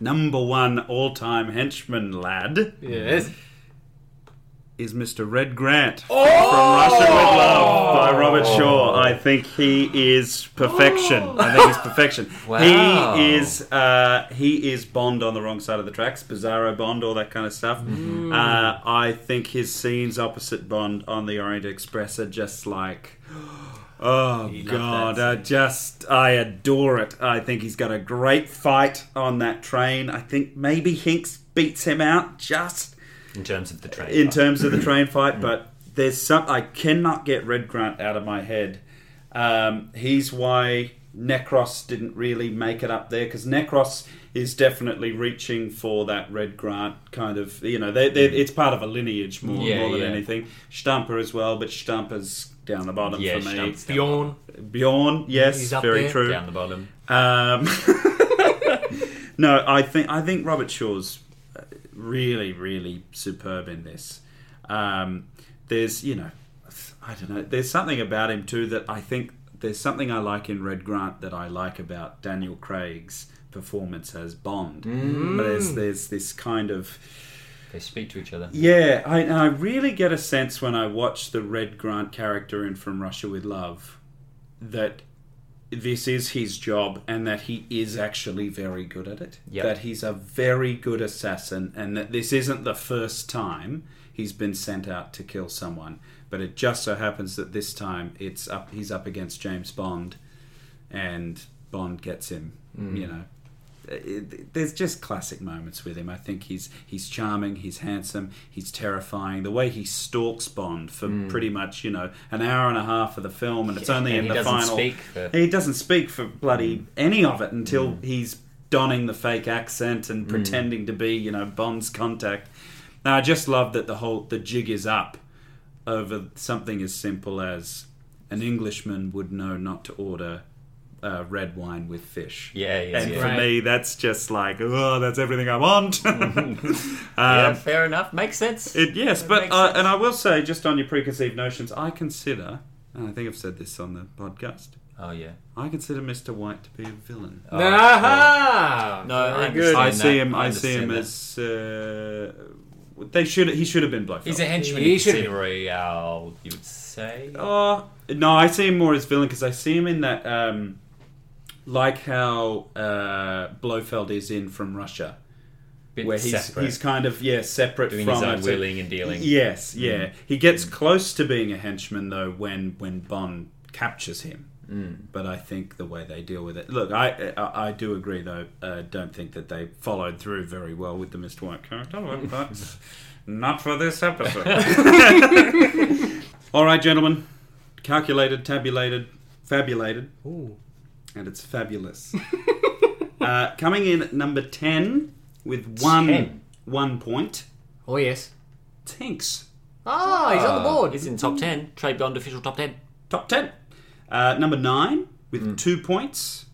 number one all time henchman lad
Yes.
is Mr. Red Grant from Russia with Love by Robert Shaw. I think he is perfection. I think he's perfection.
Wow.
He is uh, he is Bond on the wrong side of the tracks, Bizarro Bond, all that kind of stuff. Uh, I think his scenes opposite Bond on the Orient Express are just like. Oh God! I just I adore it. I think he's got a great fight on that train. I think maybe Hinks beats him out just
in terms of the trade.
in terms of the train fight, but there's some I cannot get Red Grant out of my head. Um, he's why Necros didn't really make it up there because Necros is definitely reaching for that Red Grant kind of you know they, they, it's part of a lineage more,
Mm. Yeah,
more than
yeah.
anything. Stamper as well, but Stamper's down the bottom
yeah,
for me.
Stump's down the
Bjorn.
Bjorn, yes,
He's up
very
there.
true.
down the bottom.
Um, no, I think I think Robert Shaw's uh, really, really superb in this. Um, there's, you know, I don't know. There's something about him too that I think there's something I like in Red Grant that I like about Daniel Craig's performance as Bond.
Mm.
But there's there's this kind of
They speak to each other.
yeah, I, and I really get a sense when I watch the Red Grant character in From Russia with Love that this is his job and that he is actually very good at it.
Yep.
That he's a very good assassin and that this isn't the first time he's been sent out to kill someone. But it just so happens that this time it's up he's up against James Bond and Bond gets him, you know it- there's just classic moments with him. I think he's he's charming, he's handsome, he's terrifying. The way he stalks Bond for pretty much you know an hour and a half of the film, and it's only
Hmm. And
in
he
the
doesn't
final.
speak for- Hmm.
He doesn't speak for bloody any of it until he's donning the fake accent
Hmm.
and pretending to be you know Bond's contact. Now I just love that the whole the jig is up over something as simple as an Englishman would know not to order uh, red wine with fish.
Yeah, yeah,
and
yeah.
for
Right.
me, that's just like, oh, that's everything I want.
yeah,
Um,
fair enough. Makes sense.
It, yes,
That
but
makes
uh,
sense.
and I will say, just on your preconceived notions, I consider, and I think I've said this on the podcast,
oh yeah.
I consider Mister White to be a villain.
Oh,
Aha!
No, I
Very
understand.
I
that.
see him.
I
I, see him as.
understand
Uh, they should. He should have been Blofeld.
He's a henchman
He
in
should-
serial, you would say.
Oh no, I see him more as villain because I see him in that, um, like how uh, Blofeld is in from Russia,
Bit
where he's
separate,
he's kind of yeah separate
doing
from
his own
it.
wheeling and dealing. Mm.
Yes, yeah. He gets close to being a henchman though when when Bond captures him. Mm. But I think the way they deal with it. Look, I I, I do agree though. Uh, don't think that they followed through very well with the Mr. White character. but that's not for this episode. All right, gentlemen. Calculated, tabulated, fabulated,
Ooh.
and it's fabulous. uh, coming in at number ten with one
Ten.
one point.
Oh, yes.
Tanks.
Ah, he's on the board.
He's in top ten. Trade Bond official top ten.
Top 10. Uh, number 9 with
Hmm.
two points,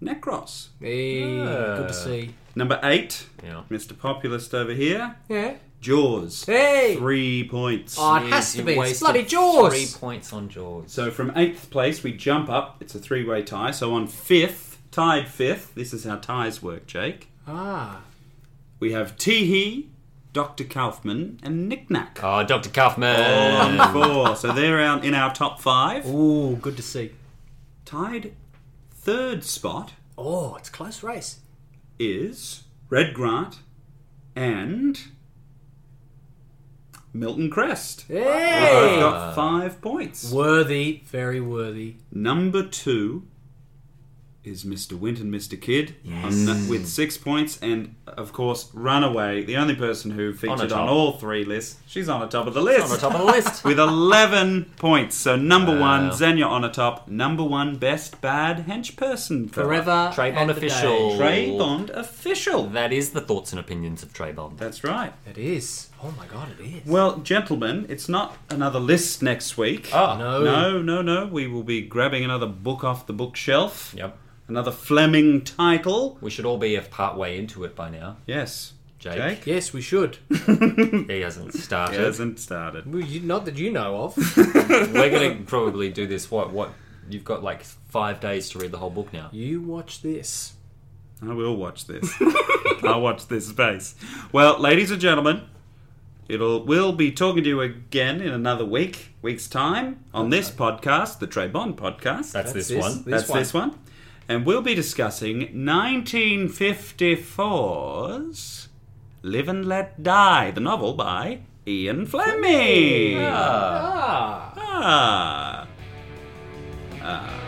Necros.
Hey, good
Yeah.
to see.
Number 8,
Yeah.
Mr. Populist over here,
Yeah.
Jaws.
Hey!
Three points.
Oh, it has
Yes,
to
you
be. It's
wasted
bloody Jaws.
Three points on Jaws.
So from 8th place, we jump up. It's a three way tie. So on 5th, tied 5th, this is how ties work, Jake.
Ah.
We have Teehee, Dr. Kaufman, and Knick Knack.
Oh, Dr. Kaufman.
On four. So they're out in our top five.
Ooh, good to see.
Tied third spot
Oh, it's a close race.
is Red Grant and Milton Crest. Both
Hey!
got five points.
Worthy, very worthy.
Number two is Mr. Wint and Mr. Kidd on the- with six points, and of course, Runaway, the only person who featured
top.
on, all three lists. She's on the top of the list.
on the top of the list.
With 11 points. So, number one,
Wow.
Xenia on the top. Number one, best bad hench person.
Forever.
Trade
and
Bond
a day.
official.
Trey Bond official.
Oh. That is the thoughts and opinions of Trey Bond.
That's right.
It is. Oh my god, it is.
Well, gentlemen, it's not another list next week.
Oh,
no.
No, no, no. We will be grabbing another book off the bookshelf.
Yep.
Another Fleming title.
We should all be part way into it by now.
Yes.
Jake,
Jake?
Yes, we should.
he hasn't started.
It hasn't started.
Well, you- Not that you know of.
We're going to probably do this. What? What? You've got like five days to read the whole book now.
You watch this.
I will watch this. I'll watch this space. Well, ladies and gentlemen, it'll we'll be talking to you again in another week, week's time, on this podcast, the Trey Bond podcast.
That's
That's, this,
this-
one.
this
That's this one. And we'll be discussing 1954's Live and Let Die, the novel by Ian Fleming.
Ah.
Ah.
Ah. Ah.